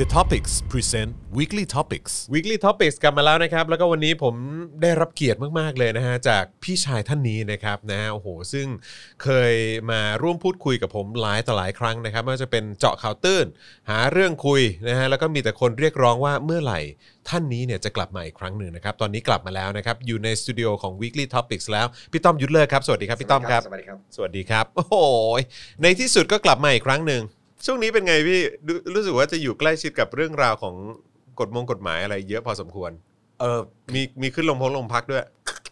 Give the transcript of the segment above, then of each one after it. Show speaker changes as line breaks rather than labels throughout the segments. The Topics present Weekly Topics
Weekly Topics กลับมาแล้วนะครับ แล้วก็วันนี้ผมได้รับเกียรติมาก ๆ เลยนะฮะ จากพี่ชายท่านนี้นะครับนะโอ้โห ซึ่งเคยมาร่วมพูดคุยกับผมหลายต่อหลายครั้งนะครับไม่ว่าจะเป็นเจาะข่าวตื้น หาเรื่องคุยนะฮะ แล้วก็มีแต่คนเรียกร้องว่าเมื่อไหร่ท่านนี้เนี่ยจะกลับมาอีกครั้งหนึ่งนะครับ ตอนนี้กลับมาแล้วนะครับ อยู่ในสตูดิโอของ Weekly Topics แล้ว พี่ต้อมยุทธเลิศครับ สวัสดีครับพี่ต้อมครับ
สวัสดีครับ
สวัสดีครับ โอ้โหในที่สุดก็กลับมาอีกครั้งหนึ่ง ช่วงนี้เป็นไงพี่ดูรู้สึกว่าจะอยู่ใกล้ชิดกับเรื่องราวของกฎมงกฎหมายอะไรเยอะพอสมควร
เออ
มีมีขึ้นลงพงลงพักด้วย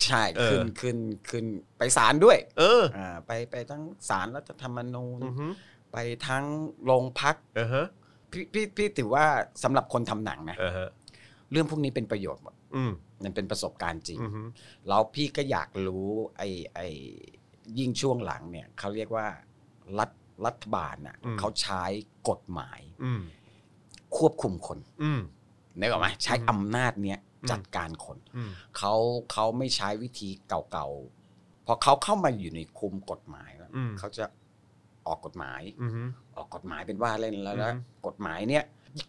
ใช่
เออ
ขึ้นขึ้นขึ้นไปศาลด้วย
เออ
อ่าไปไปทั้งศาลรัฐธรรมนูญ
อือฮึ
ไปทั้งโรงพัก
อ่าฮะ
พี่พี่พี่ถือว่าสำหรับคนทำหนังนะ
อ่าฮะ
เรื่องพวกนี้เป็นประโยชน์หมด
อืม
มันเป็นประสบการณ์จริง
อือฮึ
แล้วพี่ก็อยากรู้ไอ้ไอ้ยิ่งช่วงหลังเนี่ยเขาเรียกว่ารัฐรัฐบาลน่ะเขาใช้กฎหมาย
อืม
ควบคุมคน
อืม
นึกออกไหมใช้
อืม
อำนาจเนี้ย
อืม
จัดการคน
อืม
เขาเขาไม่ใช้วิธีเก่าๆ พอเขาเข้ามาอยู่ในคุมกฎหมายแล้ว
อืม
เขาจะออกกฎหมาย
อือฮึ
ออกกฎหมายเป็นว่าเล่นแล้วนะ
อืม
กฎหมายเนี่ย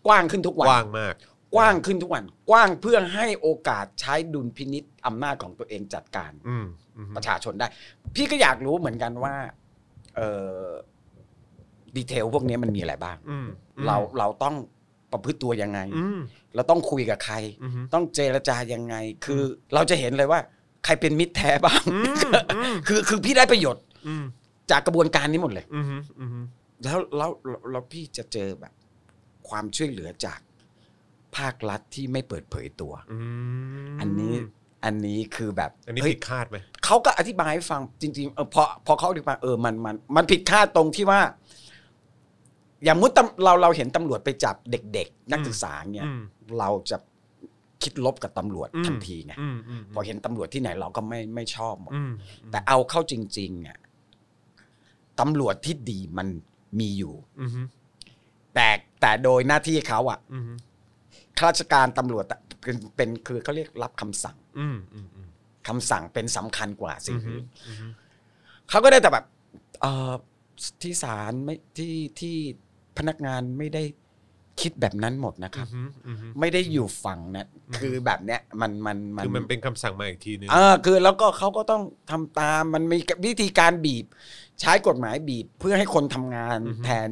กว้างขึ้นทุก
ก
วัน
ว้างมาก
กว้างขึ้นทุกวัน กว้างเพื่อให้โอกาสใช้ดุลพินิษอำนาจของตัวเองจัดการ
อืมอือฮึ
ประชาชนได้ พี่ก็อยากรู้เหมือนกันว่าเออดีเทลพวกนี้มันมีอะไรบ้าง
อืมอืม
เราเราต้องประพฤติตัวยังไง
อืม
เราต้องคุยกับใคร
อือฮึ
ต้องเจรจายังไง คือเราจะเห็นเลยว่า ใครเป็นมิตรแท้บ้าง
อืมอืม
คือคือพี่ได้ประโยชน์
อืม
จากกระบวนการนี้หมดเลย
อือฮึอือฮึ
แล้วแล้วแล้วแล้วพี่จะเจอแบบ ความช่วยเหลือจากภาครัฐที่ไม่เปิดเผยตัว
อืม
อันนี้อันนี้คือแบบ
อันนี้
เฮ้ย
ผิดคาดไหม
เขาก็อธิบายให้ฟังจริงๆเออพอพอเขาอธิบายเออมันมันมันผิดคาดตรงที่ว่า อย่างมุดตำเราเราเห็นตำรวจไปจับเด็ก ๆ นักศึกษาเนี่ย
อืม
เราจะคิดลบกับตำรวจทันทีไง
อืมอืม
พอเห็นตำรวจที่ไหนเราก็ไม่ไม่ชอบหมด
อืม
แต่เอาเข้าจริงๆอ่ะตำรวจที่ดีมันมีอยู่
อือฮึ
แต่แต่โดยหน้าที่เขาอ่ะ
อือฮึ
ข้าราชการตำรวจอะเป็นเป็นคือเขาเรียกรับคำสั่ง
อืมอืมอืม
คำสั่งเป็นสำคัญกว่าสิ่งอื่น
อืมอืม
เขาก็ได้แต่แบบเออที่ศาลไม่ที่ที่พนักงานไม่ได้คิดแบบนั้นหมดนะครับ
อืมอืม
ไม่ได้อยู่ฝั่งนะคือแบบเนี้ยมันมันมัน
คือมันเป็นคำสั่งมาอีกทีนึง
เออคือแล้วก็เขาก็ต้องทำตามมันมีวิธีการบีบ ใช้กฎหมายบีบเพื่อให้คนทำงานแทน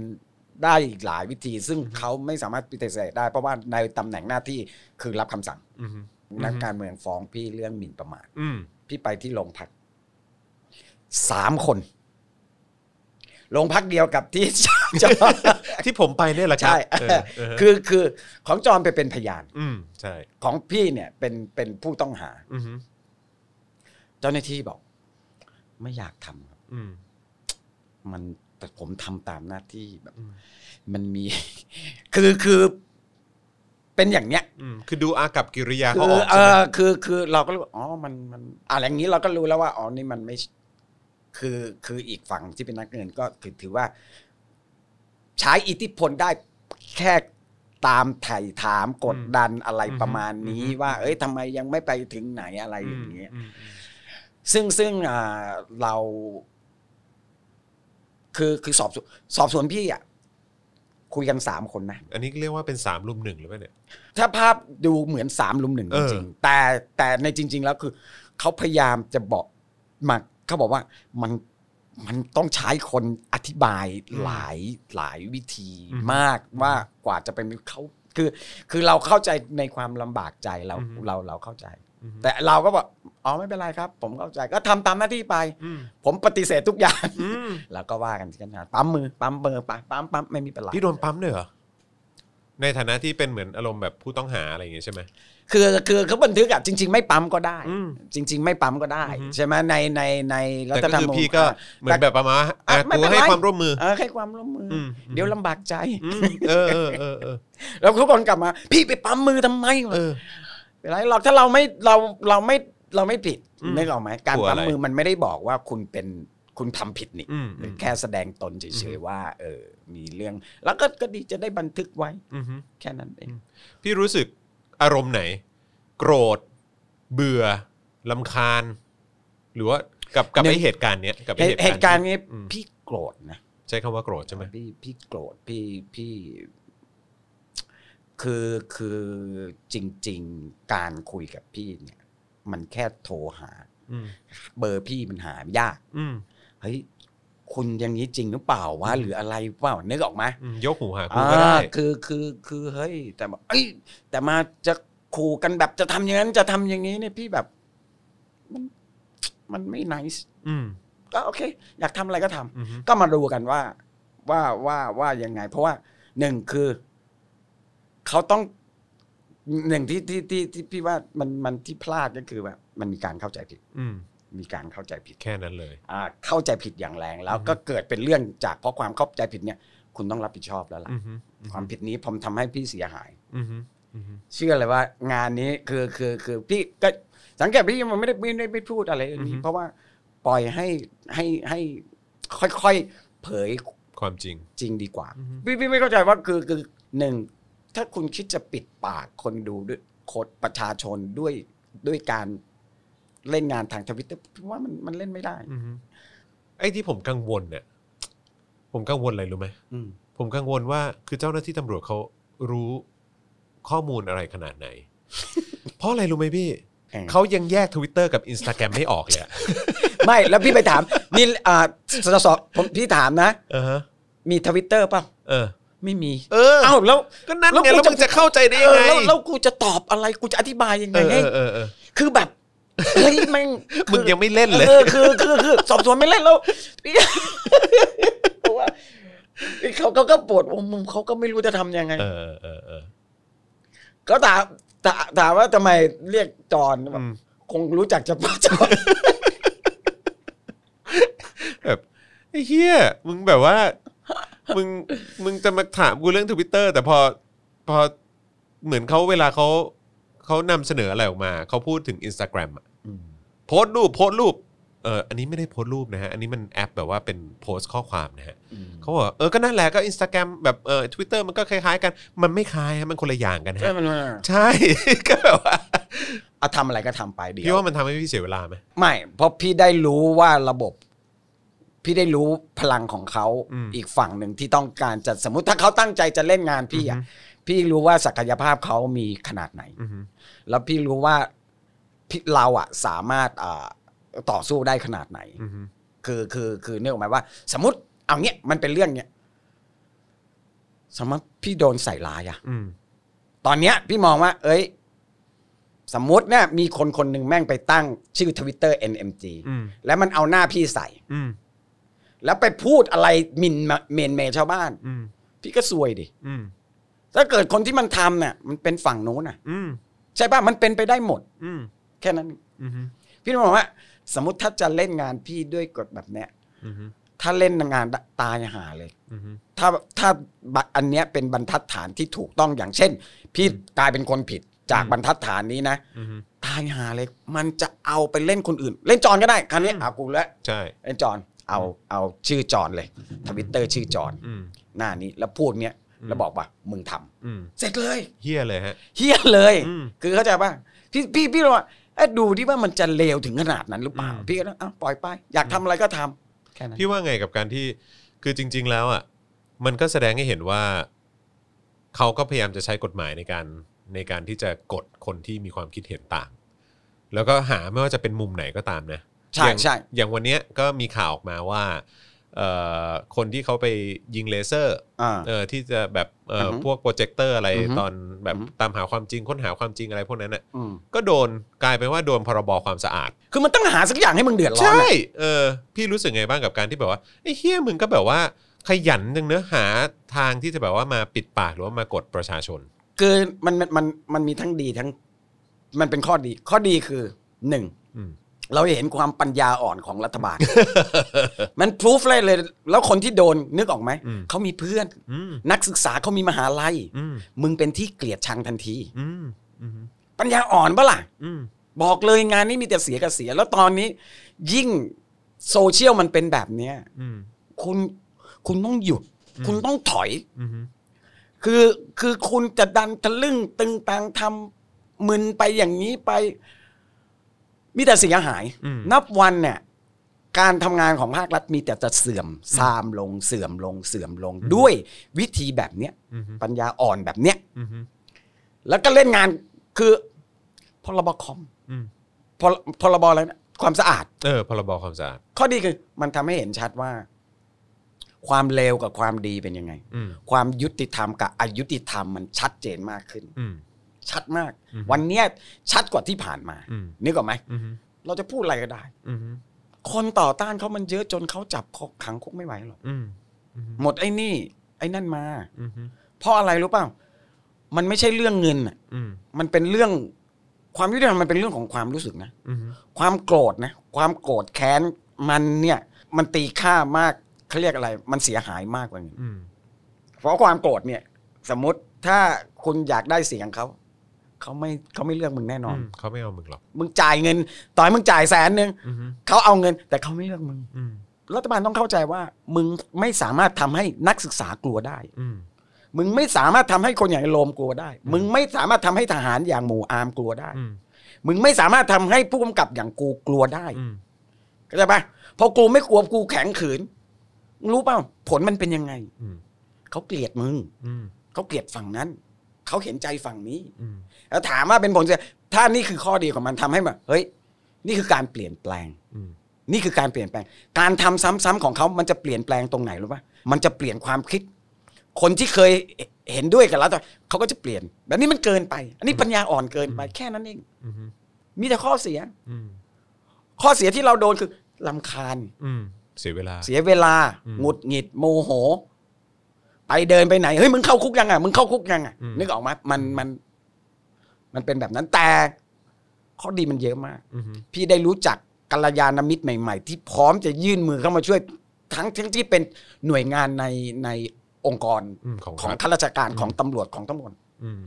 ได้อีกหลายวิธี ซึ่งเขาไม่สามารถปฏิเสธได้เพราะว่าในตำแหน่งหน้าที่คือรับคำสั่ง
อืม
นักการเมืองฟ้องพี่เรื่องหมิ่นประมาท
อืม
พี่ไปที่โรงพักสามคนโรงพักเดียวกับที่ จอม
ที่ผมไปเนี่ยแหละครั
ใช่
เออเออ
คือคือของจอมไปเป็นพยาน
อืมใช่
ของพี่เนี่ย เป็นเป็นผู้ต้องหา
อืม
เจ้าหน้าที่บอก ไม่อยากทำครับ
อืม
มันแต่ผมทำตามหน้าที่แบบ
อืม
มันมี คือคือ เป็นอย่างเนี้ย
อืมคือดูอากับกิริยา
คื
เขาอ
อ
อก
เอ
ใช่ไหม
อคือคือเราก็รู้ว่าอ๋อมันมันอะไรอย่างนี้เราก็รู้แล้วว่าอ๋อนี่มันไม่ใช่คือคืออีกฝั่งที่เป็นนักเงินก็ถือถือว่า ใช้อิทธิพลได้แค่ตามไถ่ถามกดดันอะไรประมาณนี้ว่า เอ้ยทำไมยังไม่ไปถึงไหนอะไรอย่างเงี้ย
มอืม
ซึ่งซึ่งอ่าเรา คือคือสอบสวนสอบสวนพี่อ่ะคุยกันสามคนนะ
อันนี้เรียกว่าเป็นสามลุมหนึ่งหรือเปล่าเนี่ย
ถ้าภาพดูเหมือนสามลุมหนึ่ง
เออ
จริงๆแต่แต่ในจริง ๆ แล้วคือเขาพยายามจะบอกมาเขาบอกว่ามันมันต้องใช้คนอธิบายหลายหลายวิธีมากว่ากว่าจะเป็นเขาคือ คือเราเข้าใจในความลำบากใจเราเราเราเข้าใจ
อืม
แต่เราก็บอกอ๋อไม่เป็นไรครับ ผมเข้าใจก็ทำตามหน้าที่ไป
อืม
ผมปฏิเสธทุกอย่าง
อืม
แล้วก็ว่ากันที่กันนะปั๊มมือ ปั๊มเบอร์ไปปั๊มปั๊มไม่มีปัญหา
พี่โดนปั๊มด้วยเหรอในฐานะที่เป็นเหมือนอารมณ์แบบผู้ต้องหาอะไรอย่างเงี้ยใช่ไหม
คือคือเขาบันทึกอะจริง ๆ ไม่ปั๊มก็ได้
อืม
จริง ๆ ไม่ปั๊มก็ได้
อือฮึ
ใช่ไหมในในในรั
แต่
ฐ
ก็
ธรร
คือ
มนูญ
พี่ก็
อ่ะ
เหมือนแบบประมาณว่าอ่ะ
อ่ะไม่
กู
เป็นไร
ให้ความร่วมมือ
เออให้ความร่วมมืออ
ม
เดี๋ยวลำบากใจ
อืมเออเออเออเออ
แล้วทุกคนกลับมา พี่ไปปั๊มมือทำไม
เออ
เป็นไรหรอกถ้าเราไม่เราเราไม่เราไม่ผิด
อืม
นึกออกไหมการ
กลัวอะไร
ปั๊มมือมันไม่ได้บอกว่าคุณเป็นคุณทำผิดนี่
อืมอืม
แค่แสดงตนเฉยๆว่า เออ มีเรื่อง แล้วก็ก็ดีจะได้บันทึกไว้
อืม
แค่นั้นเอง
พี่รู้สึกอารมณ์ไหน โกรธ เบื่อลำคาญ หรือว่ากับกับ
หนึ่ง
ไอเหตุการณ์เนี้ยกับไอ้
เหตุการณ์
เนี้ย
นี้
อืม
พี่โกรธนะ
ใช้คำว่าโกรธใช่ไหม
พี่พี่โกรธพี่พี่ คือคือจริง ๆ การคุยกับพี่เนี่ย มันแค่โทรหา
อืม
เบอร์พี่มันหายาก
อืม
เฮ้ย คุณอย่างนี้จริงหรือเปล่าวะหรืออะไรเปล่านึกออกไหม
อืมยกหูหากู
อ่า
ก็ได้
คือคือคือเฮ้ย แต่แบบเอ้ย แต่มาจะขู่กันแบบจะทำอย่างนั้นจะทำอย่างนี้เนี่ยพี่แบบ มันมันไม่ nice
อืม
ก็โอเค อยากทำอะไรก็ทำ
อืม
ก็มาดูกันว่าว่าว่าว่ายังไง เพราะว่าหนึ่งคือ เขาต้องหนึ่งที่ที่ที่ที่พี่ว่ามันมันที่พลาดก็คือแบบมันมีการเข้าใจผิด
อืม
มีการเข้าใจผิด
แค่นั้นเลย
อ่าเข้าใจผิดอย่างแรง แล้วก็เกิดเป็นเรื่องจากเพราะความเข้าใจผิดเนี่ย คุณต้องรับผิดชอบแล้ว
อื
ล่ะ
มอื
ความผิดนี้ผมทำให้พี่เสียหาย
อืมอืม
เชื่อเลยว่า งานนี้คือคือคือพี่ก็สังเกตพี่มันไม่ได้ไม่ได้ไม่พูดอะไรเลยพี่เพราะว่าปล่อยให้ให้ให้ค่อยๆเผย
ความจริง
จริงดีกว่า
อือฮึ
พี่พี่ไม่เข้าใจว่าคือคือหนึ่งถ้าคุณคิดจะปิดปากคนดูด้วยโคดประชาชนด้วยด้วยการเล่นงานทางทวิตเตอร์ผมว่ามันมันเล่นไม่ได้
อืมไอ้ที่ผมกังวลเนี่ยผมกังวลอะไรรู้ไหม
อืม
ผมกังวลว่าคือเจ้าหน้าที่ตำรวจเขารู้ข้อมูลอะไรขนาดไหน เพราะอะไรรู้ไหมพี่
เขา
เขายังแยก Twitter กับ Instagram ไม่ออกเลยอะ
ไม่แล้วพี่ไปถาม นี่อ่าสสผมพี่ถามนะ
เออฮะ
มีทวิตเตอร์ป่ะ
เออ
ไม่มี
เออ
เอ้าแล้ว
ก็นั่น
แล้ว
ไง
กู
แล้ว
จะ
มึงจะเข้าใจได้
เอ
ยัง
อ
ไง
แล้วแล้วกูจะตอบอะไรกูจะอธิบายยัง
เออเอ
ไงให้
อเออเออ
คือแบบเฮ้ยแม่ง
มึงยังไม่เล่นเลย
เออคือคือคือสอบสวนไม่เล่นแล้ว เพราะว่าเขาเขาก็ปวดมุมเขาก็ไม่รู้จะทำยังไง
เออเออเออ
ก็ถามถามถามว่าทำไมเรียกจอน
อืม
คงรู้จักเฉพาะจอน
แบบไอ้เฮียมึงแบบว่า มึงมึงจะมาถามกูเรื่องทวิตเตอร์แต่พอพอเหมือนเขาเวลาเขาเขานำเสนออะไรออกมา เขาพูดถึง Instagram อะโพสต์รูปโพสต์รูปเอออันนี้ไม่ได้โพสต์รูปนะฮะ อันนี้มันแอปแบบว่าเป็นโพสต์ข้อความนะฮะ เขาบอกว่าเออ ก็นั่นแหละก็ Instagram แบบเออทวิตเตอร์มันก็คล้ายๆกัน มันไม่คล้ายฮะมันคนละอย่างกัน
ใช่
ฮะ
มันมัน
ใช่ ก็แบบว่า
เอาทำอะไรก็ทำไปเดี๋ย
พี่
ว
ว่ามันทำให้พี่เสียเวลาไหม
ไม่เพราะพี่ได้รู้ว่าระบบ พี่ได้รู้พลังของเขาอีกฝั่งหนึ่งที่ต้องการจะสมมติถ้าเขาตั้งใจจะเล่นงานพี่อ่ะพี่รู้ว่าศักยภาพเขามีขนาดไหน
อือฮึ
แล้วพี่รู้ว่าพี่เราอะสามารถอ่าต่อสู้ได้ขนาดไหน
อือฮึ
คือคือคือเนื่องหมายว่า สมมติเอาเงี้ยมันเป็นเรื่องเนี้ยสมมติพี่โดนใส่ร้ายอะ
อืม
ตอนเนี้ย พี่มองว่า เอ้ย สมมติเนี่ยมีคนคนหนึ่งแม่งไปตั้งชื่อทวิตเตอร์ NMG
อืม
แล้วมันเอาหน้าพี่ใส่
อืม
แล้วไปพูดอะไรหมินเมนเมย์ชาวบ้าน
อืม
พี่ก็ซวยดิ
อืม
ถ้าเกิดคนที่มันทำเนี่ยมันเป็นฝั่งโน้นน่ะ
อืม
ใช่ป่ะมันเป็นไปได้หมด
อืม
แค่นั้น
อืม
พี่บอกว่า สมมติถ้าจะเล่นงานพี่ด้วยกฎแบบเนี้ย
อืม
ถ้าเล่นงานตายหาเลย
อืม
ถ้าถ้าบัตรอันเนี้ยเป็นบรรทัดฐานที่ถูกต้องอย่างเช่น พี่กลายเป็นคนผิดจากบรรทัดฐานนี้นะ
อืม
ตายหาเลย มันจะเอาไปเล่นคนอื่น เล่นจอนก็ได้ครั้นี้เอากูแล้ว
ใช่
เล่นจอนเอาเอาชื่อจอนเลยทวิตเตอร์ชื่อจอน
อืม
หน้านี้แล้วพูดเนี้ยแล้วบอกว่ามึงทำ
อืม
เสร็จเลย
เฮียเลยฮะ
เฮี้ยเลย
อืม
คือเข้าใจป่ะพี่พี่พี่เราว่าเอ๊ะดูที่ว่ามันจะเลวถึงขนาดนั้นหรือเปล่า
อืม
พี่ก็เอ้าปล่อยไปอยากทำอะไรก็ทำแค่นั้น
พี่ว่าไงกับการที่คือจริง ๆ แล้วอ่ะมันก็แสดงให้เห็นว่าเขาก็พยายามจะใช้กฎหมายในการในการที่จะกดคนที่มีความคิดเห็นต่าง แล้วก็หาไม่ว่าจะเป็นมุมไหนก็ตามนะ
ใช่
อย่าง
ใช่
อย่างวันเนี้ยก็มีข่าวออกมาว่าเอ่อคนที่เขาไปยิงเลเซอร์
อ่า
เออที่จะแบบเอ่ออ
อฮึ
พวกโปรเจคเตอร์อะไร
อือฮึ
ตอนแบบ
อือฮึ
ตามหาความจริงค้นหาความจริงอะไรพวกนั้นน่ะ
อืม
ก็โดนกลายเป็นว่าโดนพรบความสะอาด
คือมันต้องหาสักอย่างให้มึงเดือดร้อน
ใช่
อะ
เออ พี่รู้สึกไงบ้างกับการที่แบบว่าไอ้เฮียมึงก็แบบว่า ขยันจังเนื้อะหาทางที่จะแบบว่ามาปิดปากหรือว่ามากดประชาชน
คือมันมันมันมันมีทั้งดีทั้ง มันเป็นข้อดี ข้อดีคือหนึ่ง
อืม
เราเห็นความปัญญาอ่อนของรัฐบาล มันพิสูจเลยเลย แล้วคนที่โดนนึกออกไหมเขามีเพื่อน
อืม
นักศึกษาเขามีมหาลัย
อืม
มึงเป็นที่เกลียดชังทันที
อืม อืม
ปัญญาอ่อนปะล่ะ
อืม
บอกเลยงานนี้มีแต่เสียกับเสีย แล้วตอนนี้ ยิ่งโซเชียลมันเป็นแบบเนี้ย
อืม
คุณคุณต้องหยุด คุณต้องถอย
อืม
คือคือคุณจะดันทะลึ่งตึงตังทำมึนไปอย่างนี้ไป มีแต่เสียหาย
อืม
นับวันเนี่ย การทำงานของภาครัฐมีแต่จะเสื่อมซามลงเสื่อมลงเสื่อมลงด้วยวิธีแบบเนี้ย
อืม
ปัญญาอ่อนแบบเนี้ย
อืม
แล้วก็เล่นงานคือพรบคอม
อืม
พรพรบอะไรนะความสะอาด
เออพรบความสะอาด
ข้อดีคือมันทำให้เห็นชัดว่า ความเลวกับความดีเป็นยังไง
อืม
ความยุติธรรมกับอายุติธรรมมันชัดเจนมากขึ้น
อืม
ชัดมาก
อืม
วันเนี้ยชัดกว่าที่ผ่านมา
อืม
นึกออกไหม
อืม
เราจะพูดอะไรก็ได้
อืม
คนต่อต้านเขามันเยอะจนเขาจับเขาขังคุกไม่ไหวหรอก
อืม
หมดไอ้นี่ ไอ้นั่นมา
อืม
เพราะอะไรรู้เปล่า มันไม่ใช่เรื่องเงินน่ะ
อืม
มันเป็นเรื่อง ความยุติธรรมมันเป็นเรื่องของความรู้สึกนะ
อืม
ความโกรธนะ ความโกรธแค้นมันเนี่ย มันตีค่ามากเขาเรียกอะไร มันเสียหายมากกว่าเงิน
อืม
เพราะความโกรธเนี่ย สมมติถ้าคุณอยากได้เสียงเขาเขาไม่เขาไม่เลือกมึงแน่นอน
เขาไม่เอามึงหรอก
มึงจ่ายเงิน ต่อให้มึงจ่ายแสนหนึ่ง
อืม
เขาเอาเงิน แต่เขาไม่เลือกมึง
อืม
รัฐบาลต้องเข้าใจว่า มึงไม่สามารถทำให้นักศึกษากลัวได้
อืม
มึงไม่สามารถทำให้คนอย่างไอ้โลมกลัวได้
อืม
มึงไม่สามารถทำให้ทหารอย่างหมู่อาร์มกลัวได้
อืม
มึงไม่สามารถทำให้ผู้กำกับอย่างกูกลัวได้
อืม
เข้าใจปะพอกูไม่กลัวกูแข็งขืนมึงรู้เปล่าผลมันเป็นยังไง
อืม
เขาเกลียดมึง
อืม
เขาเกลียดฝั่งนั้นเขาเห็นใจฝั่งนี้
อืม
แล้วถามว่าเป็นผลเสียถ้านี่คือข้อดีของมันทำให้แบบเฮ้ย นี่คือการเปลี่ยนแปลง
อืม
นี่คือการเปลี่ยนแปลง การทำซ้ำๆของเขามันจะเปลี่ยนแปลงตรงไหนรู้ป่ะ มันจะเปลี่ยนความคิด คนที่เคยเห็นด้วยกับรัฐเขาก็จะเปลี่ยน แบบนี้มันเกินไป อันนี้ปัญญาอ่อนเกินไป แค่นั้นเอง
อืม
มีแต่ข้อเสีย
อืม
ข้อเสียที่เราโดนคือลำคาญ
อืมเสียเวลา
เสียเวลา
อืม
หงุดหงิด โมโห ไปเดินไปไหน เฮ้ย มึงเข้าคุกยังอ่ะ มึงเข้าคุกยังอ่ะ
อืม
นึกออกไหมมันมัน มันเป็นแบบนั้น แต่ข้อดีมันเยอะมาก
อืม
พี่ได้รู้จักกัลยาณมิตรใหม่ ๆ ที่พร้อมจะยื่นมือเข้ามาช่วย ทั้งทั้งที่เป็นหน่วยงานในในองค์กร
อืมของ
ของ
รัฐ
ข้าราชการของตำรวจของตำรวจ
อืม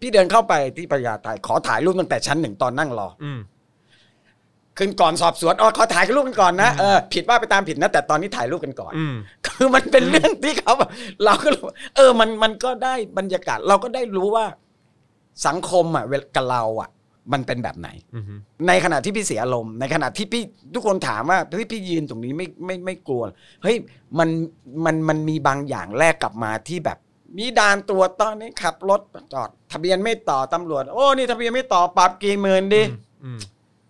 พี่เดินเข้าไปที่ปยาไทยขอถ่ายรูปตั้งแต่ชั้นหนึ่งตอนนั่งรอ
อืม
ขึ้นก่อนสอบสวนอ๋อขอถ่ายรูปกันก่อนนะเออผิดว่าไปตามผิดนะ แต่ตอนนี้ถ่ายรูปกันก่อน
อืม
คือมันเป็นเรื่องที่เขาแบบเราก็รู้เออมันมันก็ได้บรรยากาศเราก็ได้รู้ว่าสังคมอ่ะเวลากับเราอ่ะ มันเป็นแบบไหน
อืมอืม
ในขณะที่พี่เสียอารมณ์ในขณะที่พี่ทุกคนถามว่าเฮ้ยพี่ยืนตรงนี้ไม่ไม่ไม่กลัวเฮ้ยมันมันมันมีบางอย่างแลกกลับมาที่แบบ มีด่านตรวจตอนนี้ขับรถจอด ทะเบียนไม่ต่อตำรวจ โอ้นี่ทะเบียนไม่ต่อปรับกี่หมื่นดิ
อืม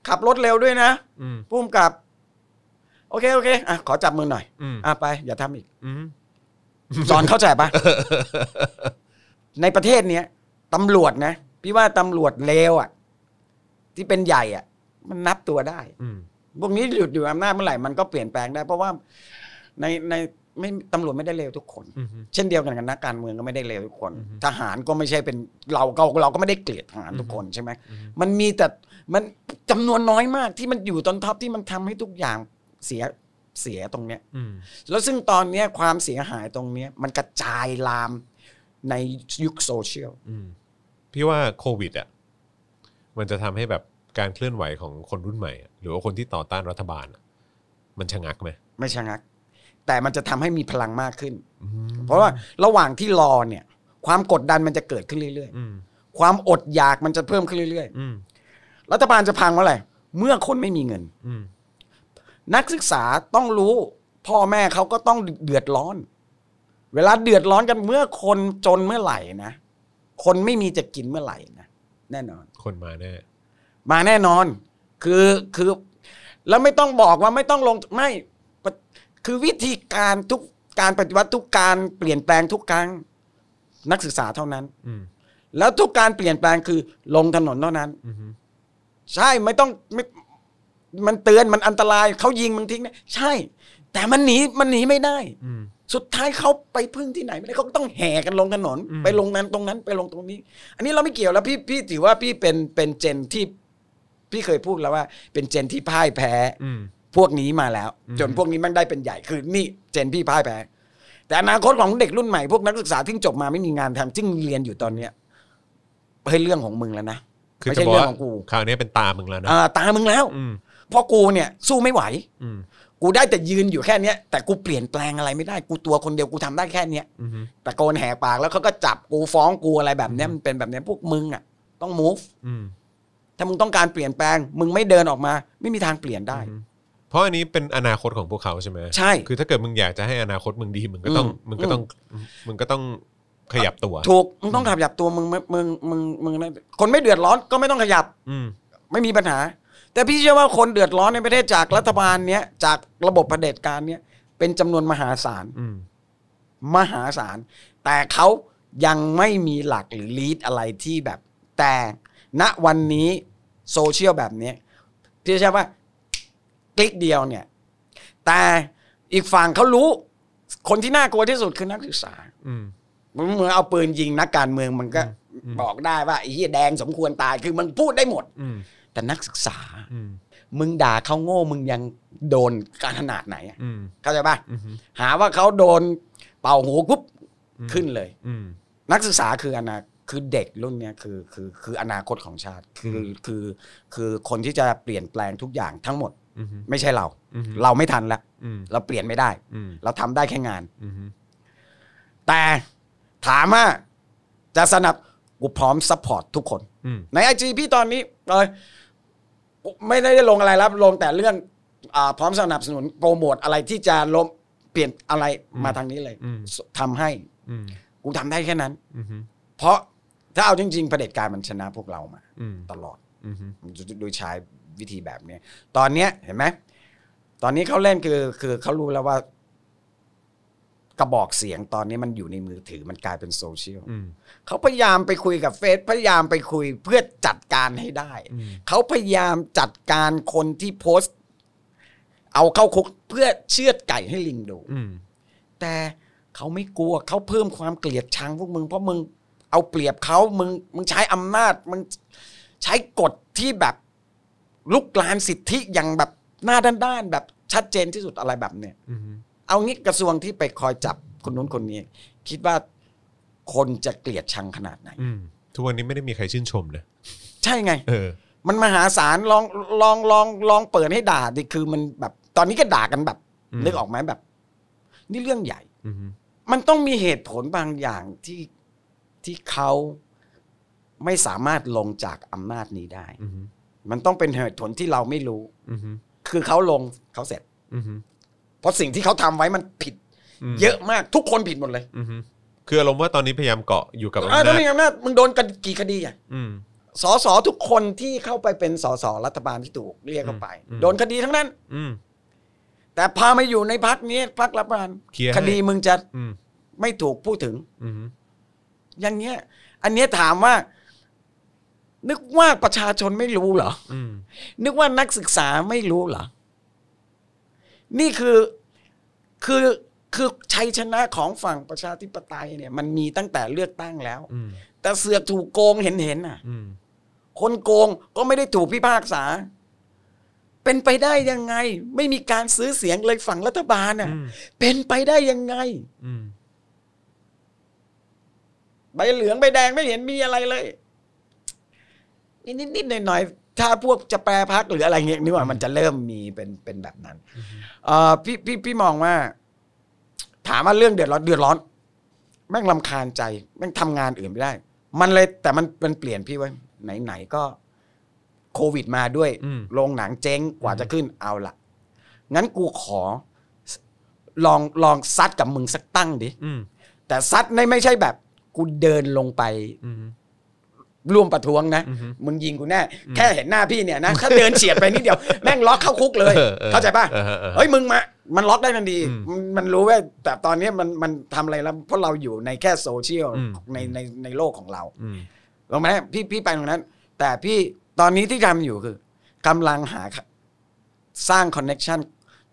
ขับรถเร็วด้วยนะ
อืม
พุ่มกับ โอเคโอเคอ่ะขอจับมือหน่อย
อืม
อ่ะไป อย่าทำอีก
อืม
จอนเข้าใจปะ ในประเทศเนี้ยตำรวจนะพี่ว่าตำรวจเลวอ่ะ ที่เป็นใหญ่อ่ะ มันนับตัวได้
อืม
พวกนี้หยุดอยู่อำนาจเมื่อไหร่มันก็เปลี่ยนแปลงได้ เพราะว่าในในไม่ตำรวจไม่ได้เลวทุกคน
อืม
เช่นเดียวกันกับนักการเมืองก็ไม่ได้เลวทุกคน
อือฮึ
ทหารก็ไม่ใช่เป็นเราก็เราก็ไม่ได้เกลียดทหารทุกคนใช่ไหม
อือฮึ
มันมีแต่มันจำนวนน้อยมากที่มันอยู่ตอนท็อปที่มันทำให้ทุกอย่างเสียเสียตรงเนี้ย
อืม
แล้วซึ่งตอนเนี้ยความเสียหายตรงเนี้ยมันกระจายลามในยุคโซเชียล
อืมพี่ว่าโควิดอ่ะมันจะทำให้แบบการเคลื่อนไหวของคนรุ่นใหม่อะหรือว่าคนที่ต่อต้านรัฐบาลอะมันชะงักไหม
ไม่ชะงัก แต่มันจะทำให้มีพลังมากขึ้น
อืม
เพราะว่าระหว่างที่รอเนี่ย ความกดดันมันจะเกิดขึ้นเรื่อย
อืม
ๆ ความอดอยากมันจะเพิ่มขึ้นเรื่อย
อืม
ๆ รัฐบาลจะพังเมื่อไหร่เมื่อคนไม่มีเงิน
อืม
นักศึกษาต้องรู้ พ่อแม่เขาก็ต้องเดือดร้อน เวลาเดือดร้อนกันเมื่อคนจนเมื่อไหร่นะ คนไม่มีจะกินเมื่อไหร่นะแน่นอน
คนมาแน่
มาแน่นอน คือคือแล้วไม่ต้องบอกว่าไม่ต้องลงไม่ปะคือวิธีการทุกการปฏิวัติทุกการเปลี่ยนแปลงทุกครั้งนักศึกษาเท่านั้น
อืม
แล้วทุกการเปลี่ยนแปลงคือลงถนนเท่านั้น
อืม
ใช่ไม่ต้องไม่มันเตือนมันอันตรายเขายิงมึงทิ้งนะใช่ แต่มันหนีมันหนีไม่ได้
อืม
สุดท้ายเขาไปพึ่งที่ไหนไม่ได้เขาก็ต้องแห่กันลงถนน
อืม
ไปลงนั้นตรงนั้นไปลงตรงนี้ อันนี้เราไม่เกี่ยวแล้วพี่พี่ถือว่าพี่เป็นเป็นเจนที่ พี่เคยพูดแล้วว่า เป็นเจนที่พ่ายแพ้
อืม
พวกนี้มาแล้ว
อืม
จนพวกนี้แมันได้เป็นใหญ่คือนี่เจนพี่พ่ายแพ้ แต่อนาคตของเด็กรุ่นใหม่พวกนักศึกษาที่จบมาไม่มีงานทำที่เรียนอยู่ตอนเนี้ยเฮ้ยเรื่องของมึงแล้วนะ
คือ
ไม่
จะ
ใช่
บอก
เรื่อง
ว่า
ของกู
คราวนี้เป็นตามึงแล้วนะ
อ่าตามึงแล้ว
อืม
เพราะกูเนี่ย สู้ไม่ไหว
อืม
กูได้แต่ยืนอยู่แค่เนี้ยแต่กูเปลี่ยนแปลงอะไรไม่ได้กูตัวคนเดียวกูทำได้แค่เนี้ย
อืม
ตะโกนแหกปากแล้วเขาก็จับกูฟ้องกูอะไรแบบเนี้ยมันเป็นแบบเนี้ยพวกมึงอ่ะ ต้อง move
อืม
ถ้ามึงต้องการเปลี่ยนแปลง มึงไม่เดินออกมา ไม่มีทางเปลี่ยนได้
อืมเพราะอันนี้เป็นอนาคตของพวกเขาใช่ไหม
ใช่
คือถ้าเกิดมึงอยากจะให้อนาคตมึงดีมึงก็ต้อง
อืม
มึงก็ต้องมึงก็ต้อง ขยับตัว
ถูกมึงต้องขยับตัวมึงมึงมึงมึงมึงนั่นคนไม่เดือดร้อนก็ไม่ต้องขยับ
อืม
ไม่มีปัญหา แต่พี่เชื่อว่าคนเดือดร้อนในประเทศจากรัฐบาลเนี้ยจากระบบะเผด็จการเนี้ยเป็นจำนวนมหาศาล
อืม
มหาศาลแต่เขายังไม่มีหลักหรือลีดอะไรที่แบบแต่ณวันนี้โซเชียลแบบเนี้ยพี่เชื่อว่า คลิกเดียวเนี่ย แต่อีกฝั่งเขารู้ คนที่น่ากลัวที่สุดคือนักศึกษา
อืม
มันเหมือนเอาปืนยิงนักการเมืองมันก็บอกได้ว่าไอ้เหี้ยแดงสมควรตายคือมันพูดได้หมด
อืม
แต่นักศึกษา
อืม
มึงด่าเขาโง่มึงยังโดนการขนาดไหนอะ
อืม
เข้าใจป่ะ
อืม
หาว่าเขาโดนเป่าหูปุ๊บขึ้นเลย
อืม
นักศึกษาคืออนาคือเด็กรุ่นเนี้ยคือคือคืออนาคตของชาติคือคือคือคนที่จะเปลี่ยนแปลงทุกอย่างทั้งหมด
อืม
ไม่ใช่เรา
อืม
เราไม่ทันแล้ว
อืม
เราเปลี่ยนไม่ได้
อืม
เราทำได้แค่งาน
อืม
แต่ถามว่าจะสนับกูพร้อมซัพพอร์ตทุกคน
อืม
ในไอจีพี่ตอนนี้เอยไม่ได้ลงอะไรรับลงแต่เรื่องอาพร้อมสนับสนุนโปรโมทอะไรที่จะลมเปลี่ยนอะไรมาทางนี้เลย
อืม
ทำให้
อืม
กูทำได้แค่นั้น
อืม อืม
เพราะถ้าเอาจริงๆเผด็จการมันชนะพวกเรามา
อืม
ตลอด
อืม
โดยใช้วิธีแบบเนี้ยตอนเนี้ยเห็นไหมตอนนี้เขาเล่นคือ คือเขารู้แล้วว่า กระบอกเสียงตอนนี้มันอยู่ในมือถือมันกลายเป็นโซเชียล
อืม
เขาพยายามไปคุยกับเฟซพยายามไปคุยเพื่อจัดการให้ได้
อืม
เขาพยายามจัดการคนที่โพสต์ เอาเข้าคุกเพื่อเชือดไก่ให้ลิงดู
อืม
แต่เขาไม่กลัวเขาเพิ่มความเกลียดชังพวกมึงเพราะมึงเอาเปรียบเขามึงมึงใช้อำนาจมึงใช้กฎที่แบบลุกลานสิทธิอย่างแบบหน้าด้านๆแบบชัดเจนที่สุดอะไรแบบเนี้ย
อืม
เอางี้กระทรวงที่ไปคอยจับคนนู้นคนนี้ คิดว่าคนจะเกลียดชังขนาดไหน
อืม ทุกวันนี้ไม่ได้มีใครชื่นชมนะ
ใช่ไง
เออ
มันมหาศาลลองลองลองลองเปิดให้ด่าดิคือมันแบบ ตอนนี้ก็ด่ากันแบบ
อืม
นึกออกไหมแบบ นี่เรื่องใหญ่
อืม
มันต้องมีเหตุผลบางอย่างที่ที่เขาไม่สามารถลงจากอำนาจนี้ได้
อืม
มันต้องเป็นเหตุผลที่เราไม่รู้
อืม
คือเขาลงเขาเสร็จ
อืม
เพราะสิ่งที่เขาทำไว้มันผิด
อืม
เยอะมากทุกคนผิดหมดเลย
อืม คืออารมณ์ว่าตอนนี้พยายามเกาะอยู่กับอำ
เออถ้า
นาจ
มีอำนาจมึงโดนกันกี่คดีอ่ะ
อืม
สอสอทุกคนที่เข้าไปเป็นสอสอรัฐบาลที่ถูกเรียกเข้าไป
อืม
โดนคดีทั้งนั้น
อืม
แต่พามาอยู่ในพักนี้พักรัฐบาล
เคลียร์ให้
คดีมึงจะ
อืม
ไม่ถูกพูดถึง
อืม
อย่างเงี้ย อันเนี้ยถามว่า นึกว่าประชาชนไม่รู้เหรอ
อืม
นึกว่านักศึกษาไม่รู้เหรอ นี่คือคือคือชัยชนะของฝั่งประชาธิปไตยเนี่ย มันมีตั้งแต่เลือกตั้งแล้ว
อืม
แต่เสือกถูกโกงเห็นเห็นๆอ่ะ
อืม
คนโกงก็ไม่ได้ถูกพิพากษา เป็นไปได้ยังไง ไม่มีการซื้อเสียงเลยฝั่งรัฐบาลน่ะ
อืม
เป็นไปได้ยังไง
อืม
ใบเหลืองใบแดงไม่เห็นมีอะไรเลยนิดนิดๆหน่อยหน่อยๆถ้าพวกจะแปรพักหรืออะไรเงี้ยนี่ว่ามันจะเริ่มมีเป็นเป็นแบบนั้นเออพี่พี่พี่มองว่า ถามว่าเรื่องเดือดร้อนเดือดร้อน แม่งลำคาญใจ แม่งทำงานอื่นไม่ได้ มันเลยแต่มันมันเปลี่ยนพี่ไว้ยไหนไหนๆก็โควิดมาด้วย
อืม
โรงหนังเจ๊งกว่าจะขึ้นเอาละงั้นกูขอ ลองลองซัดกับมึงสักตั้งดิ
อืม
แต่ซัดในไม่ใช่แบบกูเดินลงไป
อืม
ร่วมประท้วงนะ
อือฮึ
มึงยิงกูแน่ แค่เห็นหน้าพี่เนี่ยนะ ถ้าเดินเฉียดไปนิดเดียว แม่งล็อกเข้าคุกเลย
เออเออ
เข้าใจป่ะ
เออเออเออ
เฮ้ยมึงมา มันล็อกได้ทันที
อืม
มันมันรู้ว่าแต่ตอนนี้มันมันทำอะไรแล้วเพราะเราอยู่ในแค่โซเชียล
อืม
ในในในโลกของเรา
อืม
ลงไหมพี่พี่ไปตรงนั้น แต่พี่ตอนนี้ที่ทำอยู่คือกำลังหาสร้างคอนเน็ชัน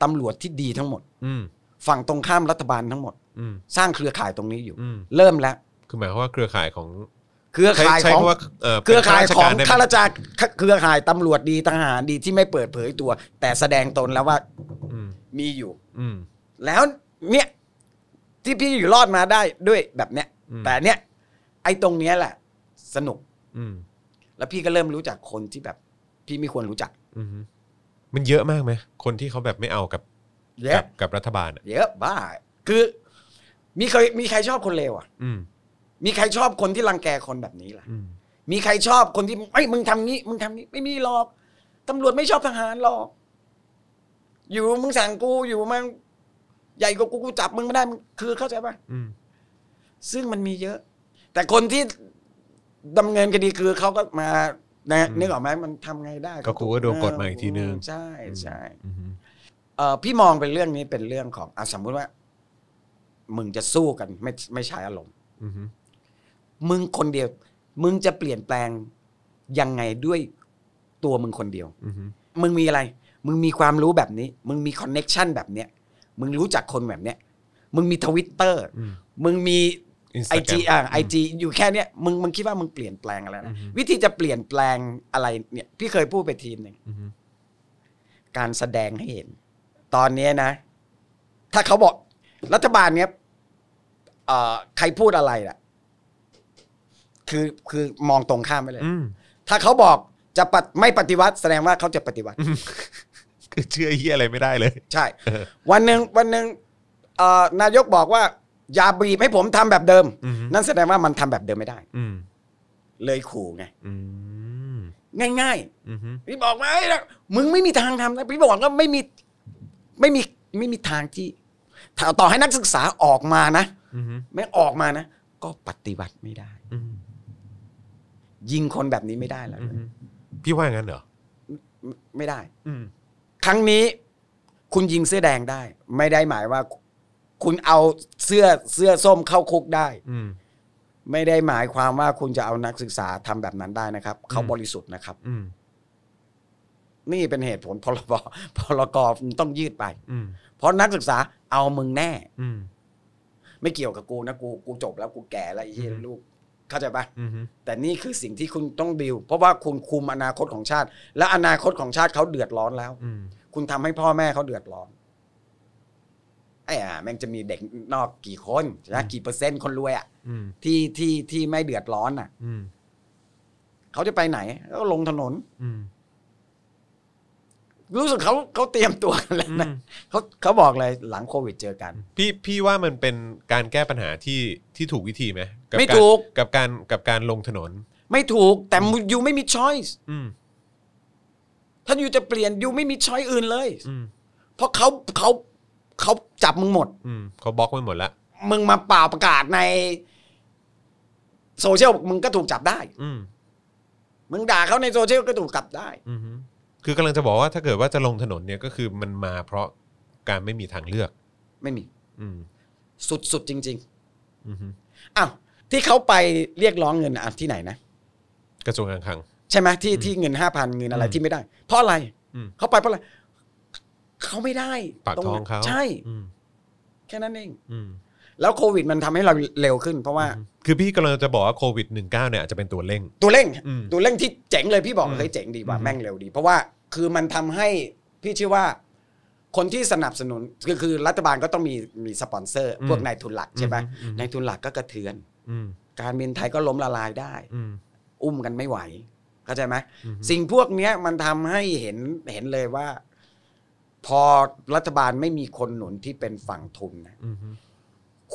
ตำรวจที่ดีทั้งหมด
อืม
ฝั่งตรงข้ามรัฐบาลทั้งหมด
อืม
สร้างเครือข่ายตรงนี้อยู่
อืม
เริ่มแล้ว
คือหมายความว่าเครือข่ายของ
เครือ
ใช้
ข่าย
ใช้
ของ
คำว่าเออ
เครือข่ายของ
เป็น
ข้า
ข้าราชการได้ไหม
ราชการเครือข่ายตำรวจดีทหารดีที่ไม่เปิดเผยตัว แต่แสดงตนแล้วว่า
อืม
มีอยู่
อืม
แล้วเนี่ยที่พี่อยู่รอดมาได้ด้วยแบบเนี้ย
อืม
แต่เนี้ยไอ้ตรงเนี้ยแหละ สนุก
อืม
แล้วพี่ก็เริ่มรู้จักคนที่แบบ พี่ไม่ควรรู้จัก
อืมมันเยอะมากไหมคนที่เขาแบบไม่เอากับ
เยอะ
กับกับรัฐบาลอ่ะ
เยอะบ้า คือ มีใครมีใครชอบคนเลวอ่ะ
อืม
มีใครชอบคนที่รังแกคนแบบนี้ล่ะ
อืม
มีใครชอบคนที่ไอ้ยมึงทำงี้ มึงทำงี้ ไม่มีหรอกตำรวจไม่ชอบทหารหรอก อยู่มึงสั่งกูอยู่มึงใหญ่กว่ากูกูจับมึงไม่ได้มึงคือเข้าใจป่ะ
อืม
ซึ่งมันมีเยอะ แต่คนที่ดำเนินคดีคือเขาก็มานะนึกออกไหมมันทำไงได้
ก็กลัวว่าโดนกดมาอีกทีนึง
ใช่ใช่
อืม
เอ่อพี่มองเป็นเรื่องนี้เป็นเรื่องของอ่ะสมมุติว่า มึงจะสู้กันไม่ไม่ใช้อารมณ์
อืม
มึงคนเดียว มึงจะเปลี่ยนแปลงยังไงด้วยตัวมึงคนเดียว
อืม
มึงมีอะไร มึงมีความรู้แบบนี้ มึงมีคอนเน็กชันแบบเนี้ย มึงรู้จักคนแบบเนี้ย มึงมีทวิตเตอร์
อืม
มึงมีไอ
Instagram
จีอ่าไอจีอยู่แค่เนี้ย มึงมึงคิดว่ามึงเปลี่ยนแปลงอะไรนะ วิธีจะเปลี่ยนแปลงอะไรเนี่ย พี่เคยพูดไปทีหนึ่ง
อืม
การแสดงให้เห็น ตอนเนี้ยนะ ถ้าเขาบอกรัฐบาลเนี้ยเอ่อใครพูดอะไรล่ะ คือคือมองตรงข้ามไปเลย
อืม
ถ้าเขาบอกจะปฏิไม่ปฏิวัติแสดงว่าเขาจะปฏิวัติ
คือเชื่อเฮียอะไรไม่ได้เลย
ใช่ วันหนึ่งวันหนึ่งเอ่อนายกบอกว่า อย่าบีบให้ผมทำแบบเดิม
อือฮึ
นั่นแสดงว่ามันทำแบบเดิมไม่ได้
อืม
เลยขู่ไง
อืม
ง่าย
อืม
ๆพี่บอกมาไอ้นะมึงไม่มีทางทำนะพี่บอกว่าไม่มีไม่มีไม่มีทางที่ถ้าต่อให้นักศึกษาออกมานะ
อืม
ไม่ออกมานะ ก็ปฏิวัติไม่ได้
อืม
ยิงคนแบบนี้ไม่ได้แล้ว
อืมพี่ว่างั้นเหรอ
ไม่ได้
อืม
ครั้งนี้คุณยิงเสื้อแดงได้ ไม่ได้หมายว่า คุณเอาเสื้อเสื้อส้มเข้าคุกได้
อืม
ไม่ได้หมายความว่าคุณจะเอานักศึกษาทำแบบนั้นได้นะครับ เขาบริสุทธิ์นะครับ
อืม
นี่เป็นเหตุผลพรบพรกมึงต้องยืดไป
อืม
เพราะนักศึกษาเอามึงแน่
อืม
ไม่เกี่ยวกับกูนะกูกูจบแล้วกูแก่แล้วไอ้เหี้ย
อืม
ลูกเข้าใจปะ
อืม
แต่นี่คือสิ่งที่คุณต้องดิวเพราะว่าคุณคุมอนาคตของชาติ และอนาคตของชาติเขาเดือดร้อนแล้ว
อืม
คุณทำให้พ่อแม่เขาเดือดร้อนไอ้ห่าแม่งจะมีเด็กนอกกี่คนนะกี่เปอร์เซ็นต์คนรวยอะ
อืม
ที่ที่ที่ไม่เดือดร้อนอ่ะ
อืม
เขาจะไปไหนก็ลงถนน
อืม
รู้สึกเขาเขาเตรียมตัวกันแล้ว
อื
นะ
ม
เขาเขาบอกเลยหลังโควิดเจอกัน
พี่พี่ว่ามันเป็นการแก้ปัญหาที่ที่ถูกวิธีไหม
ไม่
บาร
ถูก
กับการกับการลงถนน
ไม่ถูกแต่ยูไม่มีช้อยส์
อืม
ถ้ายูจะเปลี่ยนยูไม่มีช้อยอื่นเลย
อืม
เพราะเขาเขาเขาจับมึงหมด
อืมเขาบล็อกไว้หมดละ
มึงมาเป่าประกาศในโซเชียลมึงก็ถูกจับได้
อืม
มึงด่าเขาในโซเชียลก็ถูกจับได้
อืมคือกำลังจะบอกว่าถ้าเกิดว่าจะลงถนนเนี่ยก็คือมันมาเพราะการไม่มีทางเลือก
ไม่มี
อืม
สุดสุดจริง
อืม
ๆอ้าวที่เขาไปเรียกร้องเงินอ่ะที่ไหนนะ
กระทรวงการคลัง
ใช่ไหมที่ที่เงินห้าพันเงินอะไร
อืม
ที่ไม่ได้ เพราะอะไร
อืม
เขาไปเพราะอะไรเขาไม่ได้
ปาก
ร
ท้อง
นั้น
เขา
ใช่
อืม
แค่นั้นเอง
อืม
แล้วโควิดมันทำให้เราเร็วขึ้น เพราะว่า
อืมคือพี่กำลังจะบอกว่าโควิด -19 เนี่ยอาจจะเป็นตัวเร่ง
ตัวเร่ง
อืม
ตัวเร่งที่เจ๋งเลยพี่บอก
อืม
เฮ้ยเจ๋งดีว่า
อืม
แม่งเร็วดี เพราะว่าคือมันทำให้พี่เชื่อว่า คนที่สนับสนุนคือคือรัฐบาลก็ต้องมีมีสปอนเซอร์ พวกนายทุนหลักใช่ไหม
อื
นายทุนหลักก็กระเทือน
อืม
การบินไทยก็ล้มละลายได้
อืม
อุ้มกันไม่ไหวเข้าใจไหม
อืม
สิ่งพวกเนี้ยมันทำให้เห็นเห็นเลยว่า พอรัฐบาลไม่มีคนหนุนที่เป็นฝั่งทุนนะ
อืม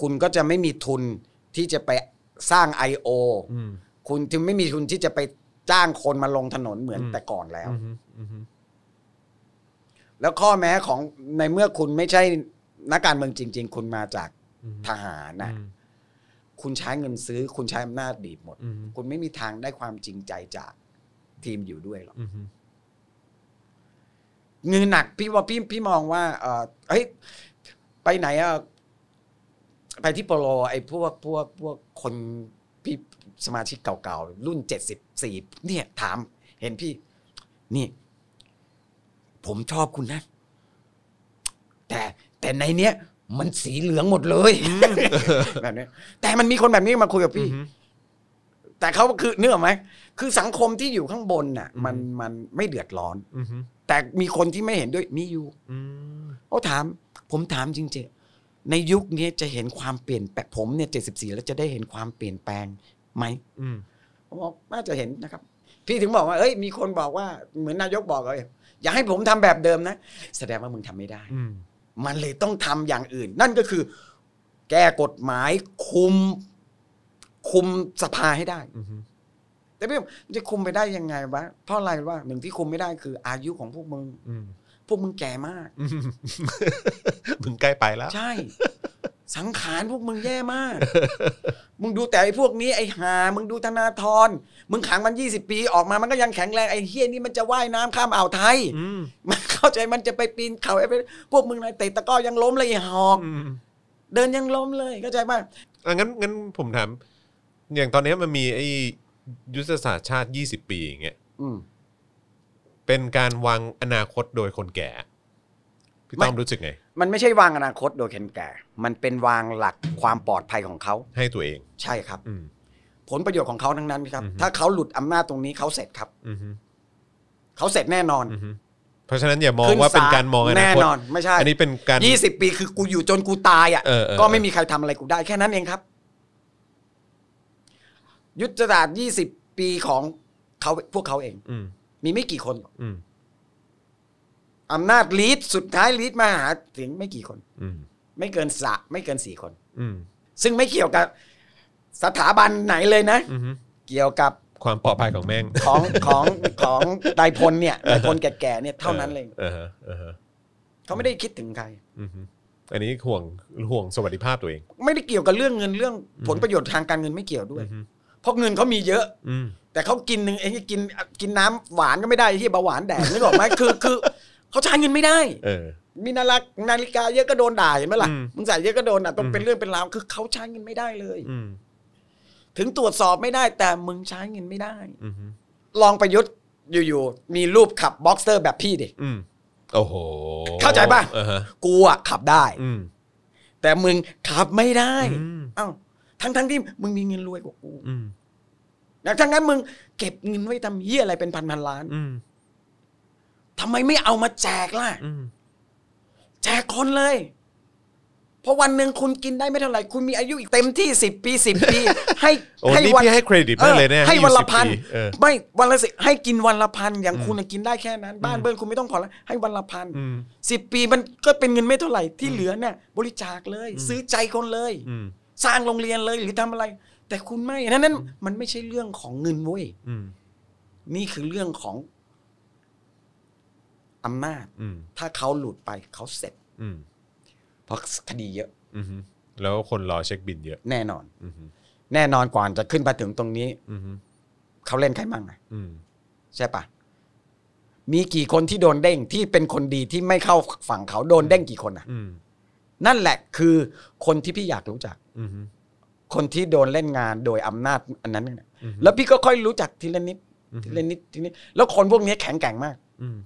คุณก็จะไม่มีทุนที่จะไปสร้าง I.O.
อืม
คุณถึงไม่มีทุนที่จะไปจ้างคนมาลงถนนเหมือน
อืม
แต่ก่อนแล้ว
อืมอืม
แล้วข้อแม้ของในเมื่อคุณไม่ใช่นักการเมืองจริง ๆ คุณมาจาก
อืม
ทหารนะคุณใช้เงินซื้อ คุณใช้อำนาจบีบหมด
อืม
คุณไม่มีทางได้ความจริงใจจากทีมอยู่ด้วยหรอก
อืม
เงินหนักพี่ว่าพี่พี่มองว่า เออเฮ้ยไปไหนอะไปที่โปโลไอ้พวกพวกพวกคนพี่สมาชิกเก่าๆรุ่นเจ็ดสิบสี่เนี่ยถาม เห็นพี่ นี่ ผมชอบคุณนะ แต่แต่ในเนี้ย มันสีเหลืองหมดเลย แบบเนี้ยแต่มันมีคนแบบนี้มาคุยกับ
อื
พี่
ม
แต่เขาก็คือเนื้ออกไหมคือสังคมที่อยู่ข้างบนน่ะ
อืม
มันมันไม่เดือดร้อน
อืม
แต่มีคนที่ไม่เห็นด้วยมีอยู่
อืม
เขาถาม ผมถามจริงๆในยุคนี้จะเห็นความเปลี่ยนแปลงผมเนี่ยเจ็ดสิบสี่แล้วจะได้เห็นความเปลี่ยนแปลงไหม
อืม
ผมบอกน่าจะเห็นนะครับ พี่ถึงบอกว่าเอ้ยมีคนบอกว่าเหมือนนายกบอกเลยอย่าให้ผมทำแบบเดิมนะแสดงว่ามึงทำไม่ได้
อืม
มันเลยต้องทำอย่างอื่น นั่นก็คือ แก้กฎหมายคุม คุมสภาให้ได้
อืม
แต่พี่บอกมันจะคุมไปได้ยังไงวะ เพราะอะไรวะหนึ่งที่คุมไม่ได้คืออายุของพวกมึง
อืม
พวกมึงแก่มาก
มึงใกล้ไปแล้ว
ใช่ สังขารพวกมึงแย่มาก มึงดูแต่ไอ้พวกนี้ไอ้หา มึงดูธนาธรมึงขังมัน 20 ปีออกมามันก็ยังแข็งแรงไอ้เฮี้ยนี่มันจะว่ายน้ำข้ามอ่าวไทย
อืม
มันเข้าใจมันจะไปปีนเขาไอ้เว้ยพวกมึงนายเตะตะกร้อยังล้มเลยไอ้หอก
อืม
เดินยังล้มเลยเข้าใจป่ะ
อ่ะงั้นงั้นผมถาม อย่างตอนนี้มันมีไอ้ยุทธศาสตร์ชาติ 20 ปีอย่างเงี้ย
อืม
เป็นการวางอนาคตโดยคนแก่ พี่ต้อมรู้สึกไง
มันไม่ใช่วางอนาคตโดยเคนแก่ มันเป็นวางหลักความปลอดภัยของเขา
ให้ตัวเอง
ใช่ครับ
อืม
ผลประโยชน์ของเขาทั้งนั้นครับ
อือฮึ
ถ้าเขาหลุดอำนาจตรงนี้เขาเสร็จครับ
อืมฮึ
เขาเสร็จแน่นอน
อืมฮึเพราะฉะนั้นอย่ามอง
ขึ้
ว่าเป็น
ศล
การมองอนา
แน่
คต
นอน ไม่ใช่
อันนี้เป็นการ
ยี่สิบปีคือกูอยู่จนกูตายอ่ะ
เออเออ
ก็ไม่มีใครทำอะไรกูได้แค่นั้นเองครับ ยุทธศาสตร์ยี่สิบปีของเขาพวกเขาเอง
อืม
มีไม่กี่คนหรอก
อืม
อำนาจลีดสุดท้ายลีดมาหาถึงไม่กี่คน
อืม
ไม่เกินสะไม่เกินสี่คน
อืม
ซึ่งไม่เกี่ยวกับสถาบันไหนเลยนะ
อืมฮึ
เกี่ยวกับ
ความปลอดภัยของแม่ง
ของของของนายพลเนี่ยนายพลแก่ๆเนี่ยเท่านั้นเลย
เออฮะเออฮะ
เขาไม่ได้คิดถึงใคร
อืมฮึอันนี้ห่วงห่วงสวัสดิภาพตัวเอง
ไม่ได้เกี่ยวกับเรื่องเงินเรื่องผลประโยชน์ทางการเงินไม่เกี่ยวด้วย
อือฮึ
เพราะเงินเขามีเยอะ
อืม
แต่เขากินหนึ่งเองกินกินน้ำหวานก็ไม่ได้ที่เบาหวานแดกนึกออกไหมคือคือเขาใช้เงินไม่ได้
เออ
มีนาฬิกานาฬิกาเยอะก็โดนด่าเห็นไหมล่ะ
อืม
มึงใส่เยอะก็โดนอ่ะต้องเป็นเรื่องเป็นราวคือเขาใช้เงินไม่ได้เลย
อืม
ถึงตรวจสอบไม่ได้ แต่มึงใช้เงินไม่ได้
อืมฮึ
ลองประยุทธ์อยู่ๆมีรูปขับบ็อกเซอร์แบบพี่ดิ
อืมโอ้โห
เข้าใจป่ะ
เออฮะ
กูอะขับได้
อืม
แต่มึงขับไม่ได้
อืม
เอ้าทั้งทั้งๆที่มึงมีเงินรวยกว่ากู
อืม
แล้วทั้งนั้นมึงเก็บเงินไว้ทำเหี้ยอะไรเป็นพันพันๆล้าน
อืม
ทำไมไม่เอามาแจกล่ะ
อืม
แจกคนเลย เพราะวันหนึ่งคุณกินได้ไม่เท่าไหร่ คุณมีอายุอีกเต็มที่สิบปีสิบ ปี ให้
โอ้นี่พี่ให้เครดิตมากเลยเนี่ย
ให้วันละพัน
ยี่สิบปีเออ
ไม่วันละสิให้กินวันละพันอย่าง
อืม
คุณน่ะกินได้แค่นั้น บ้านเบิร์นคุณไม่ต้องผ่อนแล้วให้วันละพัน
อืม
สิบปีมันก็เป็นเงินไม่เท่าไหร่ที่เหลือเนี่ยบริจาคเลย
อืม
ซื้อใจคนเลย
อืม
สร้างโรงเรียนเลยหรือทำอะไร แต่คุณไม่นั้นนั้นมันไม่ใช่เรื่องของเงินเว้ย
อืม
นี่คือเรื่องของอำนาจ
อืม
ถ้าเขาหลุดไปเขาเสร็จ
อืม
เพราะคดีเยอะ
อืมฮึแล้วคนรอเช็คบินเยอะ
แน่นอน
อืมฮึ
แน่นอนก่อนจะขึ้นมาถึงตรงนี้
อืมฮึ
เขาเล่นใครมั่งอะ
อืม
ใช่ปะมีกี่คนที่โดนเด้งที่เป็นคนดีที่ไม่เข้าฝั่งเขาโดนเด้งกี่คนอะ
อืม
นั่นแหละคือคนที่พี่อยากรู้จัก
อืมฮึ
คนที่โดนเล่นงานโดยอำนาจอันนั้นน่ะ
อืมฮึ
แล้วพี่ก็ค่อยรู้จักทีละนิด
อือฮึ
ทีละนิดทีละนิดแล้วคนพวกนี้แข็งแกร่งมาก
อืม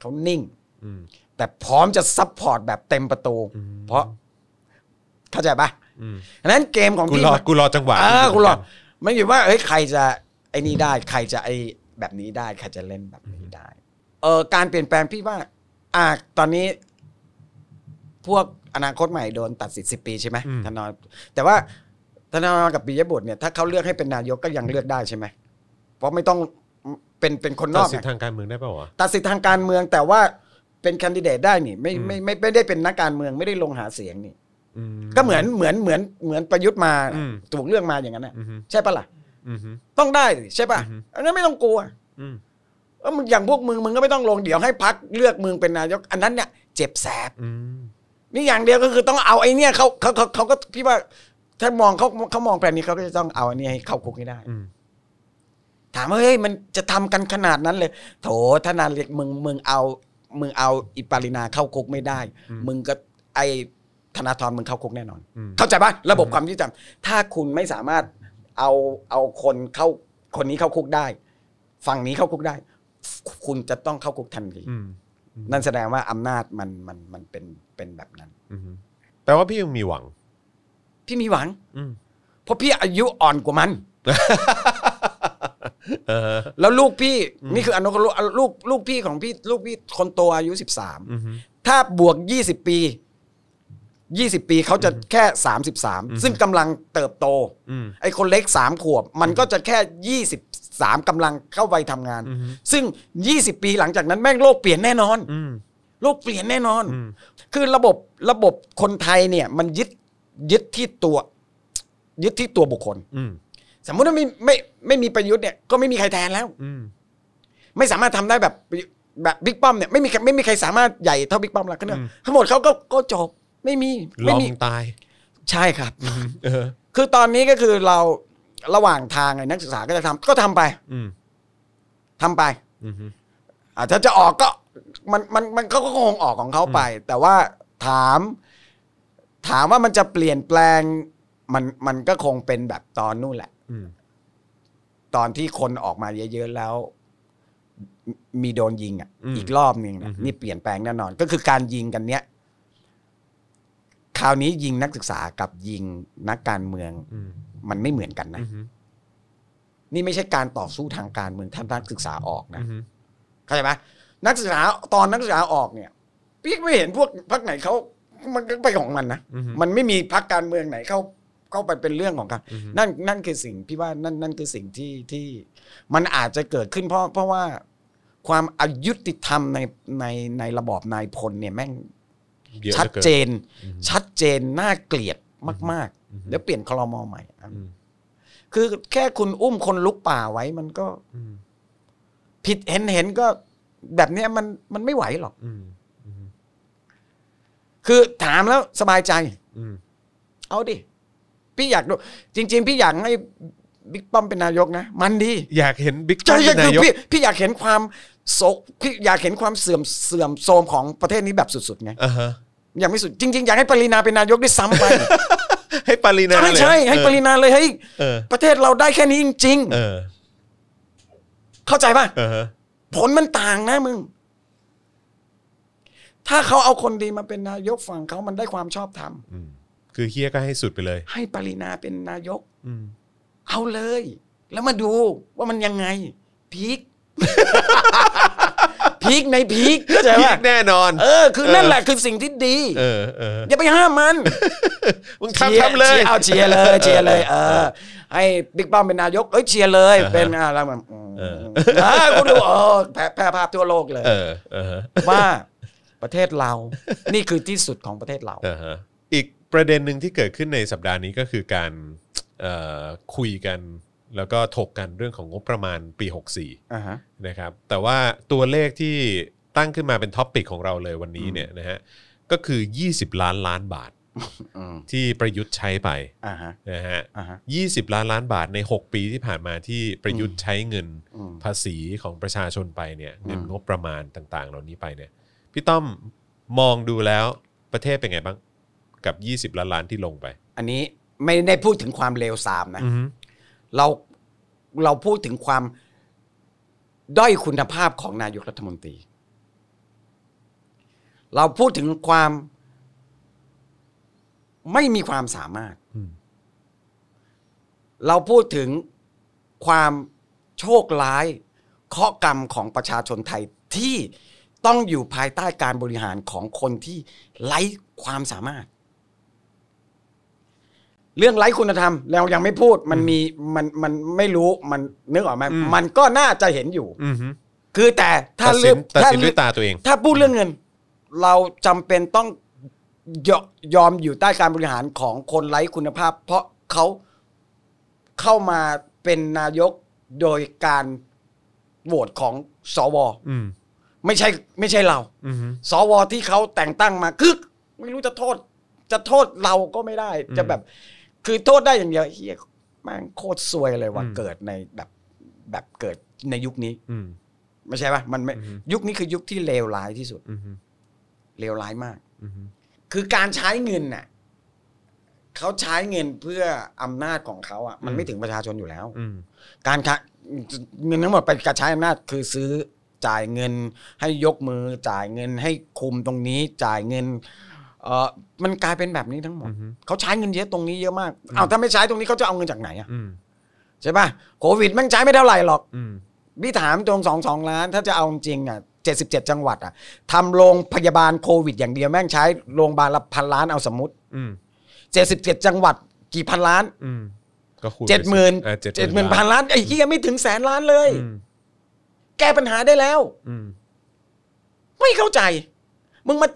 เขานิ่ง
อืม
แต่พร้อมจะซัพพอร์ตแบบเต็มประตู
อืม
เพราะ เข้าใจปะ
อืม
ฉะนั้นเกมของ
กู
พี่
รอ
มัน
กูรอจังหวะ
อ่าคุณหลอดไม่อยู่ว่าเอ้ยใครจะไอ้นี่ได้ ใครจะไอ้แบบนี้ได้ ใครจะเล่นแบบนี้ได้ เออการเปลี่ยนแปลงพี่ว่า อ่า ตอนนี้ พวกอนาคตใหม่โดนตัดสิทธิ์สิปีใช่ไหมธนาแต่ว่าธนากับปิยบุตรเนี่ยถ้าเขาเลือกให้เป็นนายกก็ยังเลือกได้ใช่ไหมเพราะไม่ต้องเป็นเป็นคนน
ตั
อ
ด
ก
สิน
อะ
ทางการเมืองได้ป่าวะ
ตัดสิทธิ์ทางการเมือง แต่ว่าเป็นแคนดิเดตได้นี่ไม่
อืม
ไม่ไม่ไม่ได้เป็นนักการเมืองไม่ได้ลงหาเสียงนี่
อื
ก็เหมือนเหมือนเหมือนเหมือนประยุทธ์มา
อืม
ถูกเรื่องมาอย่างนั้นน่ะ
อืมฮึ
ใช่ปะล่ะ
อืมฮึ
ต้องได้สิใช่ป่ะ
อือฮึ
อันนั้นไม่ต้องกลัว
อืม
เอ้ามึงอย่างพวกมึงมึงก็ไม่ต้องลงเดี๋ยวให้พักเลือกมึงเป็นนายก อันนั้นเนี่ยเจ็บแสบ
อืม
นี่อย่างเดียวก็คือต้องเอาไอ้เนี่ยเขาเขาเขาเขาก็พี่ว่าถ้ามองเขาเขามองแบบนี้เขาก็จะต้องเอาอันนี้ให้เข้าคุกให้ได้
อืม
ถามว่าเฮ้ยมันจะทำกันขนาดนั้นเลย โถถ้านานเรียกมึงมึงเอามึงเอาอิปารินาเข้าคุกไม่ได้ มึงก็ไอธนาธรมึงเข้าคุกแน่นอน
อืม
เข้าใจป่ะระบบความยุติธรรมถ้าคุณไม่สามารถเอาเอาคนเข้าคนนี้เข้าคุกได้ ฝั่งนี้เข้าคุกได้ คุณจะต้องเข้าคุกทันที
อืม
นั่นแสดงว่าอำนาจมันมันมันเป็นเป็นแบบนั้น
อืมฮึแปลว่าพี่ยังมีหวัง
พี่มีหวัง
อืม
เพราะพี่อายุอ่อนกว่ามัน
เออ
แล้วลูกพี่นี่คืออนุลูกลูกลูกพี่ของพี่ลูกพี่คนโตอายุสิบสาม
อืมฮึ
ถ้าบวกยี่สิบปียี่สิบปีเขาจะแค่สามสิบสามซึ่งกำลังเติบโต
อืม
ไอ้คนเล็กสามขวบ มันก็จะแค่ยี่สิบสามกำลังเข้าวัยทำงาน
อือฮึ
ซึ่งยี่สิบปีหลังจากนั้นแม่งโลกเปลี่ยนแน่นอน
อืม
โลกเปลี่ยนแน่นอน
อืม
คือระบบระบบคนไทยเนี่ย มันยึดยึดที่ตัว ยึดที่ตัวบุคคล
อืม
สมมติว่าไม่ไม่ไม่มีประยุทธ์เนี่ยก็ไม่มีใครแทนแล้ว
อืม
ไม่สามารถทำได้แบบแบบบิ๊กป้อมเนี่ยไม่มีใครไม่มีใครสามารถใหญ่เท่าบิ๊กป้อมแล้วก็เนี่ย
อืม
ทั้งหมดเขาก็ก็จบ ไม่มี
ล
ไม่
อง
มี
ตาย
ใช่ครับ
เออ
คือตอนนี้ก็คือเราระหว่างทางเนี่ยนักศึกษาก็จะทำก็ทำไป
อืม
ทำไป
อืมฮึ
อาถ้าจะออกก็มันมันมันเขาก็คงออกของเขาไป แต่ว่าถาม ถามว่ามันจะเปลี่ยนแปลง มันมันก็คงเป็นแบบตอนนู่นแหละ
อืม
ตอนที่คนออกมาเยอะๆแล้ว มีมีโดนยิงอ่ะ
อืม
อีกรอบหนึ่งน่ะ
อือฮึ
นี่เปลี่ยนแปลงแน่นอน ก็คือการยิงกันเนี้ยคราวนี้ยิงนักศึกษากับยิงนักการเมือง
อืม
มันไม่เหมือนกันนะ
อืมฮึ
นี่ไม่ใช่การต่อสู้ทางการเมืองท่านนักศึกษาออกนะ
อืมฮึ
เข้าใจไหมนักศึกษาตอนนักศึกษาออกเนี่ยพี่ไม่เห็นพวกพักไหนเขามันก็ไปของมันนะ
อืมฮึ
มันไม่มีพักการเมืองไหนเข้าเข้าไปเป็นเรื่องของกัน
อือฮึ
นั่นนั่นคือสิ่งพี่ว่านั่นนั่นคือสิ่งที่ที่ มันอาจจะเกิดขึ้นเพราะเพราะว่าความอายุติธรรมในในในระบอบนายพลเนี่ยแม่ง
ยอะห
ชั
ลื
ด
อกิน
เจน
อืมฮึ
ชัดเจนน่าเกลียดมาก
อือฮึ
ๆ แล้วเปลี่ยนคลมอใหม่อ่ะ
อืม
คือแค่คุณอุ้มคนลุกป่าไว้มันก็
อืม
ผิดเห็นเห็นก็แบบเนี้ยมันมันไม่ไหวหรอก
อืมอืม
คือถามแล้วสบายใจ
อืม
เอาดิ พี่อยากดู จริง ๆ พี่อยากให้บิ๊กป้อมเป็นนายกนะ มันดี
อยากเห็นบิ๊กป้
ใช่
อม
ใช่
เป็น
คื
นา
อย
ก
พี่พี่อยากเห็นความโศกพี่อยากเห็นความเสื่อมเสื่อมโทรมของประเทศนี้แบบสุดๆไง
อ่าฮะ
อยากไม่สุดจริง ๆ อยากให้ปรินาเป็นนายกด้วยซ้ำไป
ให้ปรินา
ใช่
เลย
ใช่ให้ปรินาเลยเฮ้ย
เออ
ประเทศเราได้แค่นี้จริง
เออ
ๆ เข้าใจป่ะ
เออฮะ
ผลมันต่างนะมึง ถ้าเขาเอาคนดีมาเป็นนายกฝั่งเขามันได้ความชอบธรรม
อืมคือเฮียก็ให้สุดไปเลย
ให้ปรินาเป็นนายก
อืม
เอาเลย แล้วมาดูว่ามันยังไง พีค พีคในพีคเข้าใจ
พี
ป่ะ
คแน่นอน
เออ คือนั่นแหละคือสิ่งที่ดี
เออเออ
อย่าไปห้ามมัน
มึงทำทำเลย
ชีร์เอาเชียร์เลยเชียร์เลย เออ ให้บิ๊กป้อมเป็นนายก เอ้ยเชียร์เลย เป็นอะไรแบบอืม
เออ
อ่ากูดูเออแพร่แพร่ภาพทั่วโลกเลย
เออเออฮะ
ว่าประเทศเรา นี่คือที่สุดของประเทศเรา
เออฮะอีกประเด็นหนึ่งที่เกิดขึ้นในสัปดาห์นี้ก็คือการเอ่อคุยกัน แล้วก็ถกกันเรื่องของงบประมาณปี 64
อ่าฮะ
นะครับแต่ว่าตัวเลขที่ตั้งขึ้นมาเป็นท็อปปิกของเราเลยวันนี้เนี่ยนะฮะก็คือ 20 ล้านล้านบาท
อืม
ที่ประยุทธ์ใช้ไป
อ่าฮะ
นะฮะ
อ่าฮะ
20 ล้านล้านบาทใน 6 ปีที่ผ่านมาที่ประยุทธ์ใช้เงิน
อืม
ภาษีของประชาชนไปเนี่ยเงิน
อืม
งบประมาณต่าง ๆ เหล่านี้ไปเนี่ยพี่ต้อมมองดูแล้วประเทศเป็นไงบ้างกับ 20 ล้านล้านที่ลงไป
อันนี้ไม่ได้พูดถึงความเลวทรามนะ
อืม
เราเราพูดถึงความด้อยคุณภาพของนายกรัฐมนตรี เราพูดถึงความไม่มีความสามารถ
อืม
เราพูดถึงความโชคร้ายเคราะห์กรรมของประชาชนไทยที่ต้องอยู่ภายใต้การบริหารของคนที่ไร้ความสามารถ เรื่องไร้คุณธรรมเรายังไม่พูดมันมีมันมันไม่รู้มันนึกออกไหมมันก็น่าจะเห็นอยู่
อืมฮึ
คือแต่ถ้า
ตัดสิ
เลือก
นตัด
ถ้า
สิน
เลื
ด้
อ
ว
ก
ยตาตัวเอง
ถ้าพูดเรื่องเงิน เราจำเป็นต้องยอยอมอยู่ใต้การบริหารของคนไร้คุณภาพ เพราะเขาเข้ามาเป็นนายกโดยการโหวตของสว
อืม
ไม่ใช่ไม่ใช่เรา
อืมฮึ
สวที่เขาแต่งตั้งมาคือไม่รู้จะโทษ จะโทษเราก็ไม่ได้ จะแบบ คือโทษได้อย่างเดียวเฮียแม่งโคตรซวยเลยว่า
อืม
เกิดในแบบแบบเกิดในยุคนี้
อืม
ไม่ใช่ป่ะมันไม่
อือฮึ
ยุคนี้คือยุคที่เลวร้ายที่สุด
อืมฮึ
เลวร้ายมาก
อืมฮึ
คือการใช้เงินน่ะเขาใช้เงินเพื่ออำนาจของเขาอ่ะมันไม่ถึงประชาชนอยู่แล้ว
อืม
การค้าเงินทั้งหมดไปกระจายอำนาจคือซื้อจ่ายเงินให้ยกมือ จ่ายเงินให้คุมตรงนี้จ่ายเงินเออมันกลายเป็นแบบนี้ทั้งหมด
อือฮึ
เขาใช้เงินเยอะตรงนี้เยอะมากเอาถ้าไม่ใช้ตรงนี้เขาจะเอาเงินจากไหนอ่ะ
อืม
ใช่ป่ะโควิดแมันใช้ไม่เท่าไหร่หรอก
อืม
พี่ถามตรงสองสองล้าน ถ้าจะเอาจริงอ่ะเจ็ดสิบเจ็ดจังหวัดอ่ะทำโรงพยาบาลโควิด อย่างเดียวแม่งใช้โรงพยาบาลละพันล้านเอาสมมติ
อืม
เจ็ดสิบเจ็ดจังหวัด กี่พันล้าน
อืมก็คูณไป
เจ็ดหมื่น
สิเออ
เจ็ด
เจ็ด
ห
ห
มื่
มื่
น
น
พันล้านไอ้เหี้ยไม่ถึงแสนล้านเลย
อืม
แก้ปัญหาได้แล้ว
อืม
ไม่เข้าใจ มึงมา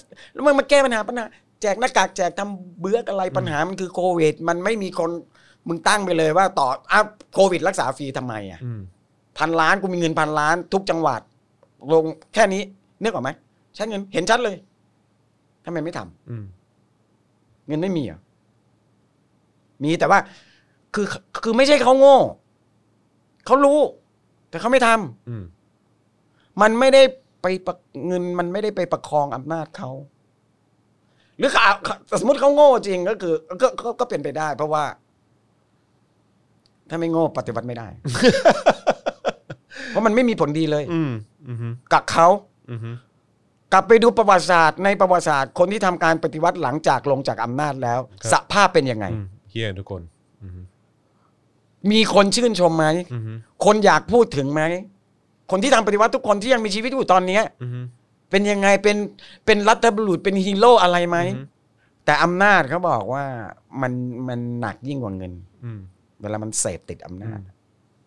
มึงมาแก้ปัญหาปัญหา แจกหน้ากากแจกทำเบื้อกอะไรปัญหามันคือโควิด มันไม่มีคนมึงตั้งไปเลยว่าต่ออ่ะโควิด รักษาฟรีทำไมอ่ะ
อืม
พันล้านกูมีเงินพันล้านทุกจังหวัดลงแค่นี้นึกออกไหมใช้เงินเห็นชัดเลยทำไมไม่ทำ
อืม
เงินไม่มีเหรอมีแต่ว่า คือคือไม่ใช่เขาโง่เขารู้ แต่เขาไม่ทำ
อืม
มันไม่ได้ไปประเงินมันไม่ได้ไปประคองอำนาจเขาหรือเขาสมมติเขาโง่จริงก็คือก็ก็ก็เป็นไปได้ เพราะว่า ถ้าไม่โง่ปฏิบัติไม่ได้ เพราะมันไม่มีผลดีเลย
อืมอืมอืม
กับเขา
อืม
กลับไปดูประวัติศาสตร์ในประวัติศาสตร์คนที่ทำการปฏิวัติหลังจากลงจากอำนาจแล้ว สภาพเป็นยังไง
อืมเฮียทุกคน อืม
มีคนชื่นชมไหม
อืม
คนอยากพูดถึงไหม คนที่ทำปฏิวัติทุกคนที่ยังมีชีวิตอยู่ตอนเนี้ย
อืม
เป็นยังไงเป็นเป็นรัฐบุรุษเป็นฮีโร่อะไรไหม
อือฮึ
แต่อำนาจเขาบอกว่ามันมันหนักยิ่งกว่าเงิน
อืม
เวลามันเสพติดอำนาจ
อื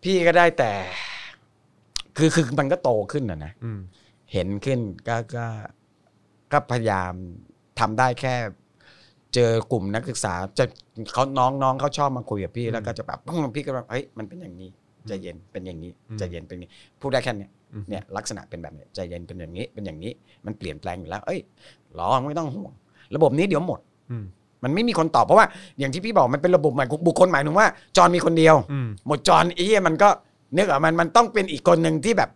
ม
พี่ก็ได้แต่ คือคือมันก็โตขึ้นนะนะ
อืม
เห็นขึ้นก็ก็ก็พยายามทำได้แค่ เจอกลุ่มนักศึกษา จะเขาน้องน้องเขาชอบมาคุยกับพี่แล้วก็จะแบบ อื้อพี่ก็แบบเฮ้ยมันเป็นอย่างนี้ใจเย็นเป็นอย่างนี้ใจเย็นเป็นอย่างนี้พูดได้แค่เนี้ย
อืม
เนี่ยลักษณะเป็นแบบเนี้ยใจเย็นเป็นอย่างนี้ เป็นอย่างนี้ มันเปลี่ยนแปลงอยู่แล้ว เอ้ยรอไม่ต้องห่วง ระบบนี้เดี๋ยวหมด
อืม
มันไม่มีคนตอบเพราะว่า อย่างที่พี่บอกมันเป็นระบบใหม่บุคคลหมายถึงว่า จอนมีคนเดียว
อืม
หมดจอนไอ้เหี้ยมันก็นึกออกมันมันต้องเป็นอีกคนหนึ่งที่แบบ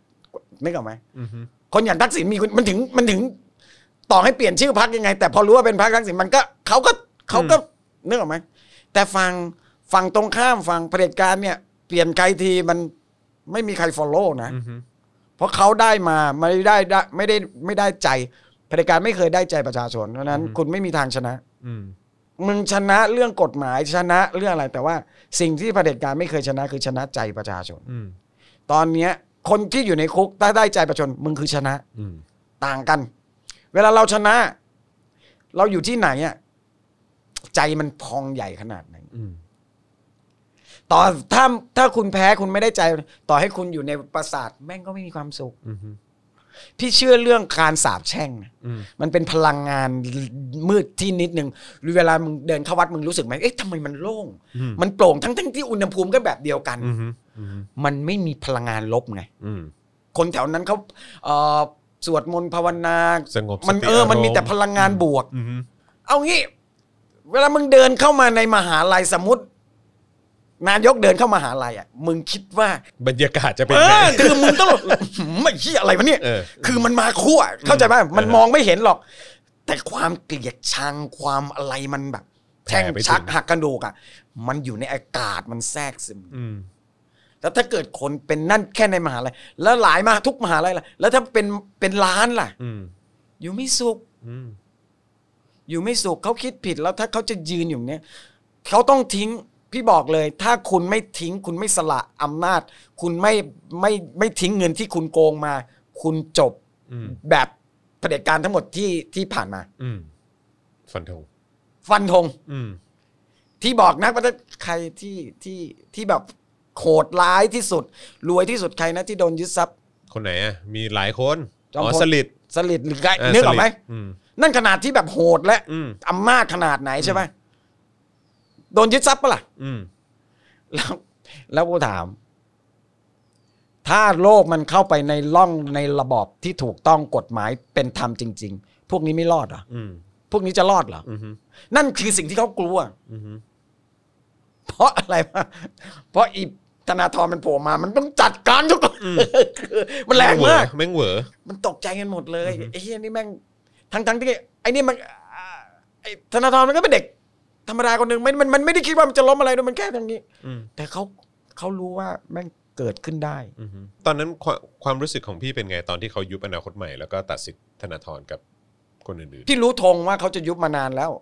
นึกออกไหม
อืม
คนอย่างทักษิณมีคนมันถึงมันถึงต่อให้เปลี่ยนชื่อพักยังไง แต่พอรู้ว่าเป็นพักทักษิณมันก็เขาก็เขาก็นึกออกไหมแต่ฝั่งฝั่งตรงข้ามฝั่งเผด็จการเนี่ย เปลี่ยนใครทีมันไม่มีใครฟอลโล่นะ
อืม
เพราะเขาได้มาไม่ได้ได้ไม่ได้ไม่ได้ใจเผด็จการไม่เคยได้ใจประชาชนเพราะฉะนั้น คุณไม่มีทางชนะ
อืม
มึงชนะเรื่องกฎหมายชนะเรื่องอะไร แต่ว่าสิ่งที่เผด็จการไม่เคยชนะคือชนะใจประชาชน
อืม
ตอนเนี้ยคนที่อยู่ในคุกถ้าได้ใจประชาชนมึงคือชนะ
อืม
ต่างกัน เวลาเราชนะ เราอยู่ที่ไหนอะใจมันพองใหญ่ขนาดไหน
อืม
ต่อถ้าถ้าคุณแพ้คุณไม่ได้ใจ ต่อให้คุณอยู่ในปราสาทแม่งก็ไม่มีความสุข
อืม
พี่เชื่อเรื่องการสาบแช่งนะ
อืม
มันเป็นพลังงานมืดที่นิดนึงหรือเวลามึงเดินเข้าวัดมึงรู้สึกไหมเอ๊ะทำไมมันโล่ง
อืม
มันโปร่งทั้งทั้งที่อุณหภูมิก็แบบเดียวกัน
อืมอืม
มันไม่มีพลังงานลบไง
อืม
คนแถวนั้นเขาเอ่อสวดมนต์ภาวนา
สงบสติ
มันเออ มันมีแต่
อารมณ์
พลังงานบวก
อืม
เอางี้ เวลามึงเดินเข้ามาในมหาลัยสมมติ นายกเดินเข้ามหาลัยอ่ะ มึงคิดว่า
บรรยากาศจะเป็น
เอ
ไง
อคือมึงต้อง ไม่เหี้ยอะไรวะเนี่ย
เออ
คือมันมาคั่วเข้าใจป่ะมันมองไม่เห็นหรอก แต่ความเกลียดชังความอะไรมันแบบ
แผ่
แท่ง
ไปถึง
ชักหักกระดูกอ่ะ มันอยู่ในอากาศมันแทรกซึม
อืม
แล้วถ้าเกิดคนเป็นนั่นแค่ในมหาลัยแล้วหลายมาทุกมหาลัยล่ะแล้วถ้าเป็นเป็นล้านล่ะ
อืม
อยู่ไม่สุข
อืม
อยู่ไม่สุขเขาคิดผิดแล้วถ้าเขาจะยืนอยู่เนี่ยเขาต้องทิ้งพี่บอกเลย ถ้าคุณไม่ทิ้ง คุณไม่สละอำนาจ คุณไม่ไม่ไม่ทิ้งเงินที่คุณโกงมา คุณจบ
อืม
แบบเผด็จการทั้งหมดที่ที่ผ่านมา
อืมฟันธง
ฟันธง
อืม
ที่บอกนักว่าถ้าใครที่ที่ที่แบบโหดร้ายที่สุด รวยที่สุดใครนะที่โดนยึดทรัพย์
คนไหนอ่ะ มีหลายคน
จอมพล
อ๋อสลิด
สลิดหรือไง
า
นึกออกไหม
สลิดอืม
นั่นขนาดที่แบบโหดและ
อืม
อำนาจขนาดไหนใช่ไหมโดนยึดทรัพย์ปะล่ะ
อืม
แล้วแล้วกูถาม ถ้าโลกมันเข้าไปในร่องในระบอบที่ถูกต้องกฎหมายเป็นธรรมจริง ๆ พวกนี้ไม่รอดเหรอ
อืม
พวกนี้จะรอดเหรอ
อืมอืม
นั่นคือสิ่งที่เขากลัว
อืม
เพราะอะไรวะเพราะอีธนาธรมันโผล่มา มันต้องจัดการทุกคนคือ มันแรงมาก
แม่งเหวอ
มันตกใจกันหมดเลยไอ้เฮียนี่แม่งทั้งทั้งที่ไอ้นี่มันอ่าไอ้ธนาธรมันก็เป็นเด็ก ธรรมดาคนหนึ่งมันมันมันไม่ได้คิดว่ามันจะล้มอะไรด้วยมันแค่ทางนี้
อืม
แต่เขาเขารู้ว่าแม่งเกิดขึ้นได้
อืมตอนนั้นความความรู้สึกของพี่เป็นไงตอนที่เขายุบอนาคตใหม่แล้วก็ตัดสิทธิ์ธนาธรกับคนอื่น
พี่รู้ธงว่าเขาจะยุบมานานแล้ว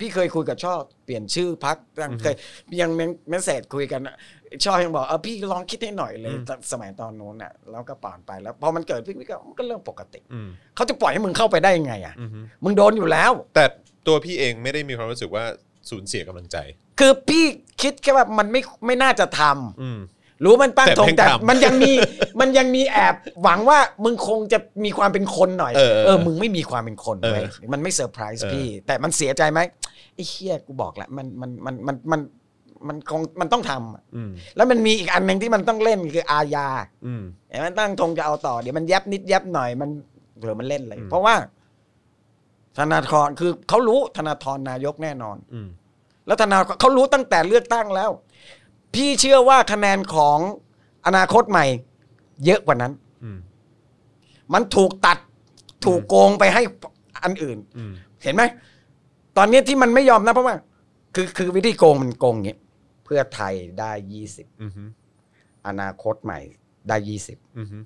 พี่เคยคุยกับช่อเปลี่ยนชื่อพักยังเคยยังเมสเซจคุยกันอะช่อยังบอกเออพี่ลองคิดให้หน่อยเลย
อืม
ตอนสมัยตอนนู้นน่ะแล้วก็ป่านไปแล้วพอมันเกิดพี่ก็มันก็เรื่องปกติ
ๆอืม
เขาจะปล่อยให้มึงเข้าไปได้ยังไงอ่ะ
อืม
มึงโดนอยู่แล้ว
แต่ตัวพี่เองไม่ได้มีความรู้สึกว่าสูญเสียกำลังใจ
คือพี่คิดแค่ว่ามันไม่ไม่น่าจะทำ
อืม
รู้มันปั้ง
แต่
ธง
แม่ง
แต่
ทำ
มันยัง มี มันยังมีแอบหวังว่ามึงคงจะมีความเป็นคนหน่อย
เออเออ
มึงไม่มีความเป็นคนเว้ย
เออ
มันไม่เซอร์ไพรส์
เออ
พี่ แต่มันเสียใจไหมไอ้เชี่ยกูบอกแล้วมันมันมันมันมันมันคงมันต้องทำอะ
อืม
แล้วมันมีอีกอันหนึ่งที่มันต้องเล่นคืออาญา
อืม
ไอ้มันตั้งธงจะเอาต่อเดี๋ยวมันแยบนิดแยบหน่อยมันเผื่อมันเล่นเลย
อืม
เพราะว่า ธนาธรคือเขารู้ธนาธรนายกแน่นอน
อืม
แล้วธนาธรเขารู้ตั้งแต่เลือกตั้งแล้ว พี่เชื่อว่าคะแนนของอนาคตใหม่ เยอะกว่านั้น
อืม
มันถูกตัดถูกโกงไปให้อันอื่น
อืม
เห็นไหม ตอนนี้ที่มันไม่ยอมนะเพราะว่า คือคือวิธีโกงมันโกงอย่างเงี้ยเพื่อไทยได้ยี่สิบ
อืมฮึ
อนาคตใหม่ได้ยี่สิบ
อืมฮึ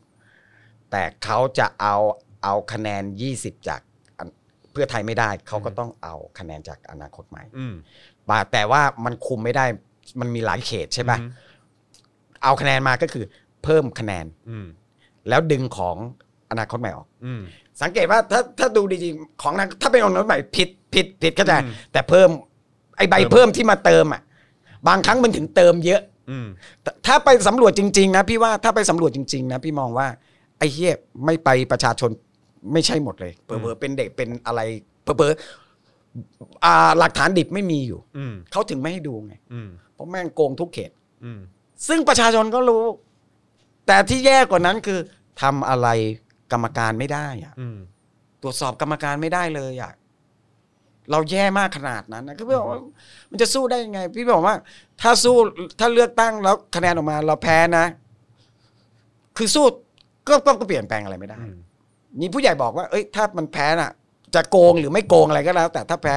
แต่เขาจะเอาเอาคะแนนยี่สิบจากอันเพื่อไทยไม่ได้ เขาก็ต้องเอาคะแนนจากอนาคตใหม่
อืม
บาแต่ว่ามันคุมไม่ได้มันมีหลายเขตใช่ไหมเอาคะแนนมาก็คือ เพิ่มคะแนน
อืม
แล้วดึงของอนาคตใหม่ออก
อืม
สังเกตว่าถ้าถ้าดูดีๆของนางถ้าเป็นองค์นั้นใหม่ผิดผิดผิดเข้าใจ
อืม
แต่เพิ่ม ไอใบ
เพิ่ม
เพิ่มที่มาเติมอ่ะ บางครั้งมันถึงเติมเยอะ
อืม
แต่ถ้าไปสำรวจจริง ๆ นะ พี่ว่าถ้าไปสำรวจจริง ๆ นะ พี่มองว่า ไอ้เฮียไม่ไปประชาชนไม่ใช่หมดเลยเผลอๆเป็นเด็กเป็นอะไรเผลอๆอ่าหลักฐานดิบไม่มีอยู่
อืม
เขาถึงไม่ให้ดูไง
อืม
เพราะแม่งโกงทุกเขต
อืม
ซึ่งประชาชนก็รู้ แต่ที่แย่กว่านั้นคือทำอะไรกรรมการไม่ได้อะ
อืม
ตรวจสอบกรรมการไม่ได้เลยอะเราแย่มากขนาดนั้นนะคือพี่บอกว่ามันจะสู้ได้ยังไง พี่บอกว่า ถ้าสู้ถ้าเลือกตั้งแล้วคะแนนออกมา เราแพ้นะ คือสู้ก็ก็ก็เปลี่ยนแปลงอะไรไม่ได้
อืม
มีผู้ใหญ่บอกว่า เอ้ย ถ้ามันแพ้น่ะ จะโกงหรือไม่โกงอะไรก็แล้ว แต่ถ้าแพ้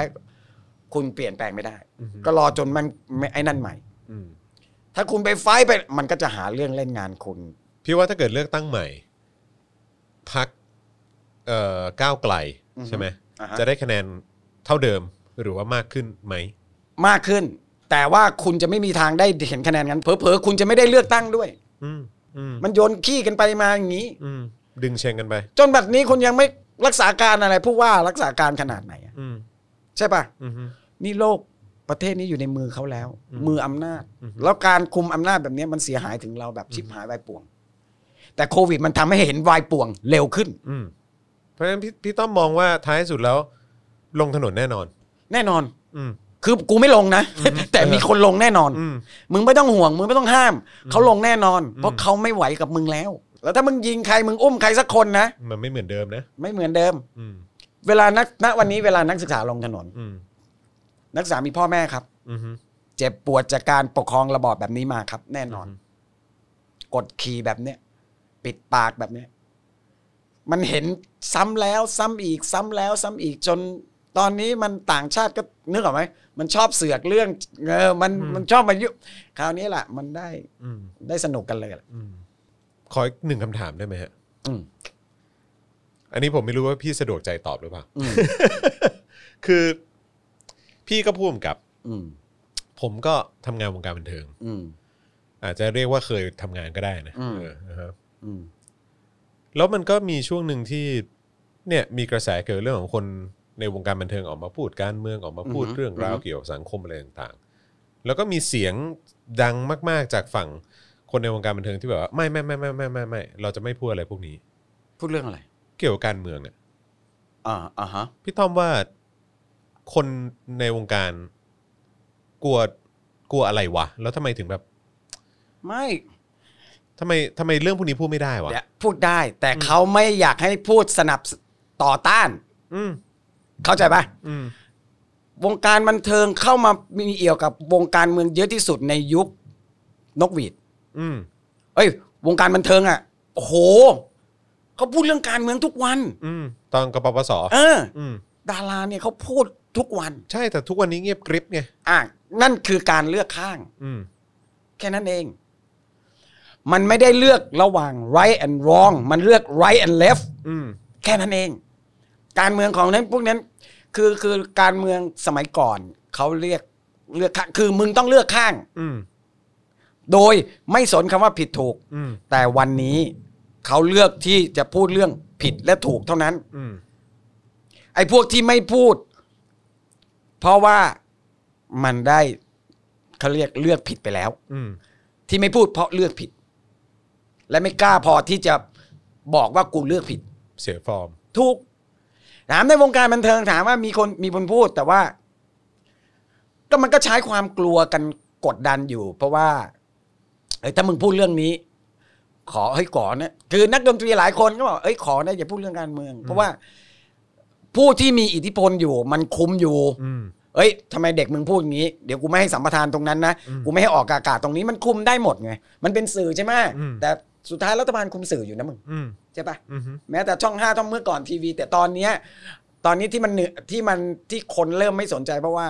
คุณเปลี่ยนแปลงไม่ได้
อืมฮึ
ก็รอจนมันไอ้นั่นใหม่
อืม
ถ้าคุณไปไฟท์ไป มันก็จะหาเรื่องเล่นงานคุณ
พี่ว่าถ้าเกิดเลือกตั้งใหม่พักเอ่อก้าวไกล
อือฮึ
ใช่ไหม
อ่าฮะ
จะได้คะแนนเท่าเดิมหรือว่ามากขึ้นไหม
มากขึ้น แต่ว่าคุณจะไม่มีทางได้เห็นคะแนนนั้นเผลอๆคุณจะไม่ได้เลือกตั้งด้วย
อืมอืม
มันโยนขี้กันไปมาอย่างนี้
อืมดึงเชงกันไป
จนบัดนี้คุณยังไม่รักษาการอะไรผู้ว่ารักษาการขนาดไหนอะ
อืม
ใช่ปะ
อืมฮึ
นี่โลกประเทศนี้อยู่ในมือเขาแล้ว
อืม
มืออำนาจ
อือฮึ
แล้วการคุมอำนาจแบบนี้มันเสียหายถึงเราแบบชิบหายวายป่วง แต่โควิดมันทำให้เห็นวายป่วงเร็วขึ้น
อืมเพราะฉะนั้นพี่พี่ต้อมมองว่าท้ายสุดแล้ว ลงถนนแน่นอน
แน่นอน
อืม
คือกูไม่ลงนะ แต่มีคนลงแน่นอน
อืม
มึงไม่ต้องห่วง มึงไม่ต้องห้าม เขาลงแน่นอน เพราะเขาไม่ไหวกับมึงแล้ว แล้วถ้ามึงยิงใครมึงอุ้มใครสักคนนะ
มันไม่เหมือนเดิมนะ
ไม่เหมือนเดิม
อืม
เวลานักณวันนี้เวลานักศึกษาลงถนน
อืม
นักศึกษามีพ่อแม่ครับ
อืมฮึ
เจ็บปวดจากการปกครองระบอบแบบนี้มาครับ แน่นอน กดขี่แบบเนี้ยปิดปากแบบเนี้ยมันเห็นซ้ำแล้วซ้ำอีกซ้ำแล้วซ้ำอีกจนตอนนี้มันต่างชาติก็นึกออกไหมมันชอบเสือกเรื่องเออมันมันชอบมายุคราวนี้แหละมันได้
อืม
ได้สนุกกันเลยล่ะ
อืมขออีกหนึ่งคำถามได้ไหมฮะ
อืม
อันนี้ผมไม่รู้ว่าพี่สะดวกใจตอบหรือเปล่า
อืม
คือ พี่ก็พูดกับ
อืม
ผมก็ทำงานวงการบันเทิง
อืม
อาจจะเรียกว่าเคยทำงานก็ได้นะ
อืม
เออนะครับ
อืม
แล้วมันก็มีช่วงหนึ่งที่ เนี่ยมีกระแสเกี่ยวกับเรื่องของคนในวงการบันเทิงออกมาพูดการเมืองออกมาพูดเรื่องราวเกี่ยวกับสังคมอะไรต่างๆ แล้วก็มีเสียงดังมาก ๆ จากฝั่งคนในวงการบันเทิงที่แบบว่าไม่ไม่ไม่ไม่ไม่ไม่ไม่เราจะไม่พูดอะไรพวกนี้
พูดเรื่องอะไร
เกี่ยวกับการเมืองเนี่ย
อ่าอ่าฮะ
พี่ต้อมว่าคนในวงการกลัวกลัวอะไรวะแล้วทำไมถึงแบบ
ไม่
ทำไมทำไมเรื่องพวกนี้พูดไม่ได้วะ
เดี๋ยวพูดได้ แต่เขาไม่อยากให้พูดสนับสต่อต้าน
อืม
เข้าใจปะ
อืม
วงการบันเทิงเข้ามามีเอี่ยวกับวงการเมืองเยอะที่สุดในยุคนกหวีด
อืม
เอ้ย วงการบันเทิงอ่ะโอ้โหเขาพูดเรื่องการเมืองทุกวัน
อืม ตอนกปปส
เออ
อืม
ดาราเนี่ยเขาพูดทุกวัน
ใช่แต่ทุกวันนี้เงียบกริบไง
อ่ะนั่นคือการเลือกข้าง
อืม
แค่นั้นเอง มันไม่ได้เลือกระหว่าง right and wrong มันเลือก right and left
อืม
แค่นั้นเอง การเมืองของนั้นพวกนั้น คือคือการเมืองสมัยก่อนเขาเรียกเลือกข้างคือมึงต้องเลือกข้าง
อืม
โดยไม่สนคำว่าผิดถูก
อืม
แต่วันนี้เขาเลือกที่จะพูดเรื่องผิดและถูกเท่านั้น
อืม
ไอ้พวกที่ไม่พูด เพราะว่ามันได้เขาเรียกเลือกผิดไปแล้ว
อืม
ที่ไม่พูดเพราะเลือกผิด และไม่กล้าพอที่จะบอกว่ากูเลือกผิด
เสียฟอร์ม
ถูกถามในวงการบันเทิงถามว่ามีคนมีคนพูด แต่ว่า ก็มันก็ใช้ความกลัวกันกดดันอยู่ เพราะว่าเอ้ยถ้ามึงพูดเรื่องนี้ ขอเฮ้ยขอนะคือนักดนตรีหลายคนก็บอกเอ้ยขอนะอย่าพูดเรื่องการเมือง เพราะว่า ผู้ที่มีอิทธิพลอยู่ มันคุมอยู่
อืม
เอ้ยทำไมเด็กมึงพูดอย่างนี้ เดี๋ยวกูไม่ให้สัมปทานตรงนั้นนะ
อืม
กูไม่ให้ออกอากาศตรงนี้มันคุมได้หมดไง มันเป็นสื่อใช่ไหม
อืม
แต่สุดท้ายรัฐบาลคุมสื่ออยู่นะมึง
อืม
ใช่ปะ
อืม
แม้แต่ช่องห้าช่องเมื่อก่อนทีวี แต่ตอนเนี้ยตอนนี้ที่มันเหนือที่มันที่คนเริ่มไม่สนใจเพราะว่า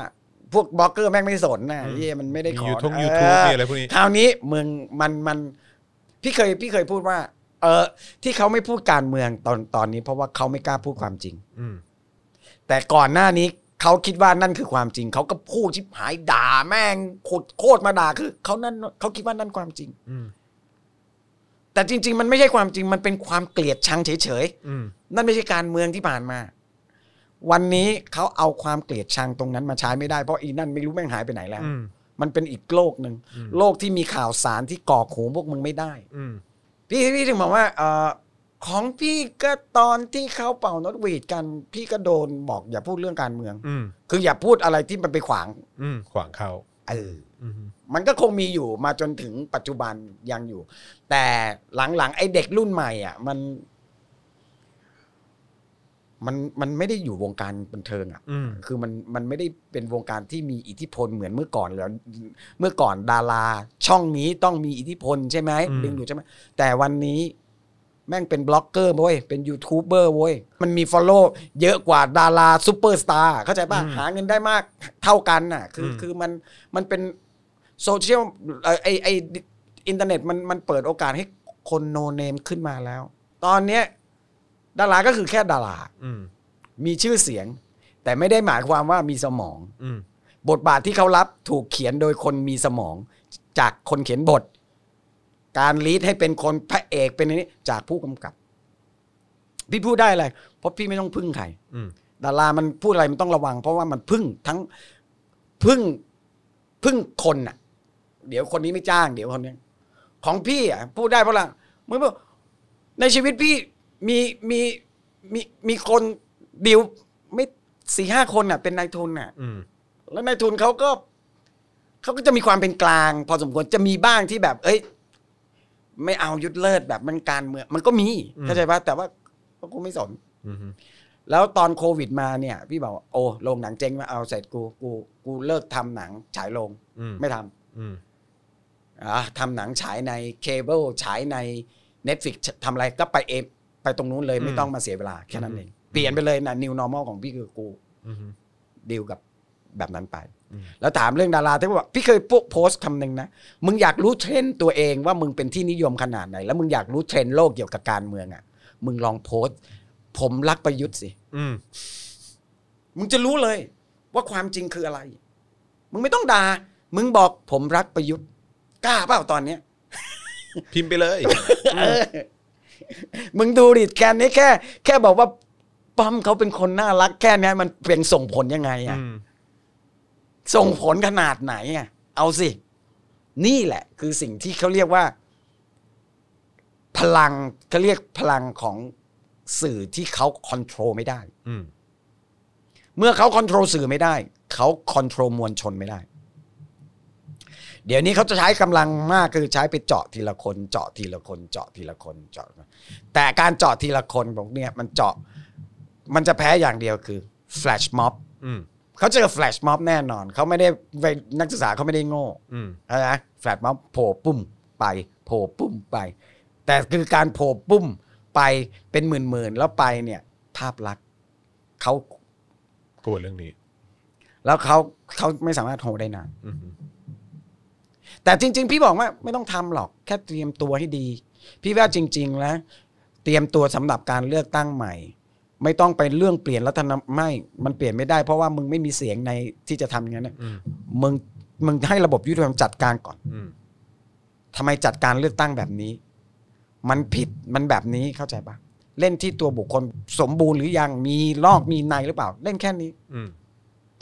พวกบล็อกเกอร์แม่งไม่สนนะเหี้ยมันไม่ได้
มี
ขอ
ยูทง
เออ
ยูทูบมีอะไรพวกนี้
คราวนี้เมืองมันมันพี่เคยพี่เคยพูดว่า เออที่เขาไม่พูดการเมืองตอนตอนนี้ เพราะว่าเขาไม่กล้าพูดความจริง
อืม
แต่ก่อนหน้านี้เขาคิดว่านั่นคือความจริง เขาก็พูดชิบหายด่าแม่งโคตรโคตรมาด่าคือเขานั่นเขาคิดว่านั่นความจริง
อืม
แต่จริง ๆ มันไม่ใช่ความจริงมันเป็นความเกลียดชังเฉย
อืม
ๆนั่นไม่ใช่การเมืองที่ผ่านมา วันนี้เขาเอาความเกลียดชังตรงนั้นมาใช้ไม่ได้เพราะอีนั่นไม่รู้แม่งหายไปไหนแล้ว
อืม
มันเป็นอีกโลกหนึ่ง
อืม
โลกที่มีข่าวสารที่ก่อขูพวกมึงไม่ได้
อืม
พี่พี่ถึงบอกว่าเออของพี่ก็ตอนที่เขาเป่านกหวีดกัน พี่ก็โดนบอกอย่าพูดเรื่องการเมือง
อืม
คืออย่าพูดอะไรที่มันไปขวาง
อืมขวางเขา
เออ
อืม
มันก็คงมีอยู่มาจนถึงปัจจุบันยังอยู่ แต่หลังๆไอ้เด็กรุ่นใหม่อ่ะมัน มันมันไม่ได้อยู่วงการบันเทิงอ่ะ
อืม
คือมันมันไม่ได้เป็นวงการที่มีอิทธิพลเหมือนเมื่อก่อนแล้ว เมื่อก่อนดารา ช่องนี้ต้องมีอิทธิพลใช่ไหมดึงดูดใช่ไหมแต่วันนี้แม่งเป็นบล็อกเกอร์เว้ยเป็นยูทูบเบอร์เว้ยมันมีฟอลโล่เยอะกว่าดาราซูเปอร์สตาร์เข้าใจป่ะหาเงินได้มากเท่ากันน่ะ คือคือมันมันเป็นโซเชียลเอ่อไอไออินเทอร์เน็ตมันมันเปิดโอกาสให้คนโนเนมขึ้นมาแล้ว ตอนเนี้ยดาราก็คือแค่ดารา
อืม
มีชื่อเสียง แต่ไม่ได้หมายความว่ามีสมอง
อืม
บทบาทที่เขารับถูกเขียนโดยคนมีสมอง จากคนเขียนบท การลีดให้เป็นคนพระเอกเป็นอันนี้จากผู้กำกับ พี่พูดได้อะไรเพราะพี่ไม่ต้องพึ่งใคร
อืม
ดารามันพูดอะไรมันต้องระวัง เพราะว่ามันพึ่งทั้งพึ่งพึ่งคนน่ะ เดี๋ยวคนนี้ไม่จ้าง เดี๋ยวคนนี้ของพี่อ่ะพูดได้เพราะอะไรมึงบอกในชีวิตพี่มีมีมีมีคนดิวไม่สี่ห้าคนน่ะ เป็นนายทุนน่ะ
อืม
แล้วนายทุนเขาก็เขาก็จะมีความเป็นกลาง พอสมควรจะมีบ้างที่แบบ เอ้ย ไม่เอายุดเลิศแบบมันการเมืองมันก็มีเข้าใจปะแต่ว่าก็กูไม่สน
อืม
แล้วตอนโควิดมาเนี่ย พี่บอกว่าโอ้โรงหนังเจ๊งมาเอาเสร็จกูกูกูเลิกทำหนังฉายโรง
อืม
ไม่ทำ
อืม
อ่ะทำหนังฉายในเคเบิลฉายใน Netflix ทำอะไรก็ไปเอฟไปตรงนู้นเลยไม่ต้องมาเสียเวลาแค่นั้นเองเปลี่ยนไปเลยนะ new normal ของพี่คือกู
อืม
ดีลกับแบบนั้นไป
อืม
แล้วถามเรื่องดาราที่ว่าพี่เคยพวกโพสต์คำหนึ่งนะ มึงอยากรู้เทรนด์ตัวเองว่ามึงเป็นที่นิยมขนาดไหน แล้วมึงอยากรู้เทรนด์โลกเกี่ยวกับการเมืองอ่ะ มึงลองโพสต์ ผมรักประยุทธ์สิ
อืม
มึงจะรู้เลยว่าความจริงคืออะไร มึงไม่ต้องด่า มึงบอกผมรักประยุทธ์กล้าเปล่าตอนเนี้ย
พิมพ์ไปเลย
เออมึงดูดิแกนนี้แค่ แค่บอกว่าป้อมเขาเป็นคนน่ารักแค่เนี้ยมันเป็นส่งผลยังไงอ่ะ
อืม
ส่งผลขนาดไหนอ่ะ เอาสิ นี่แหละ คือสิ่งที่เขาเรียกว่า พลังเขาเรียกพลังของสื่อที่เขาคอนโทรลไม่ได้
อืม
เมื่อเขาคอนโทรลสื่อไม่ได้ เขาคอนโทรลมวลชนไม่ได้ เดี๋ยวนี้เขาจะใช้กำลังมากคือใช้ไปเจาะทีละคน เจาะทีละคน เจาะทีละคน เจาะ แต่การเจาะทีละคนพวกเนี้ยมันเจาะ มันจะแพ้อย่างเดียวคือแฟลชม็อบ
อืม
เขาเจอแฟลชม็อบแน่นอน เขาไม่ได้ไปนักศึกษาเขาไม่ได้โง่
อืม
เข้าใจไหมแฟลชม็อบโผล่ปุ้มไปโผล่ปุ้มไป แต่คือการโผล่ปุ้มไปเป็นหมื่นๆแล้วไปเนี่ย ภาพลักษณ์เขา
กลัวเรื่องนี้
แล้วเขาเขาไม่สามารถโหได้นาน
อืม
แต่จริง ๆ พี่บอกว่าไม่ต้องทำหรอกแค่เตรียมตัวให้ดี พี่ว่าจริง ๆ แล้ว เตรียมตัวสำหรับการเลือกตั้งใหม่ ไม่ต้องไปเรื่องเปลี่ยนรัฐธรรมไม่มันเปลี่ยนไม่ได้เพราะว่ามึงไม่มีเสียงในที่จะทำอย่างนั้นนะ
อืม
มึงมึงให้ระบบยุติธรรมจัดการก่อน
อืม
ทำไมจัดการเลือกตั้งแบบนี้ มันผิดมันแบบนี้เข้าใจปะเล่นที่ตัวบุคคลสมบูรณ์หรือยังมีลอกมีในหรือเปล่า เล่นแค่นี้
อืม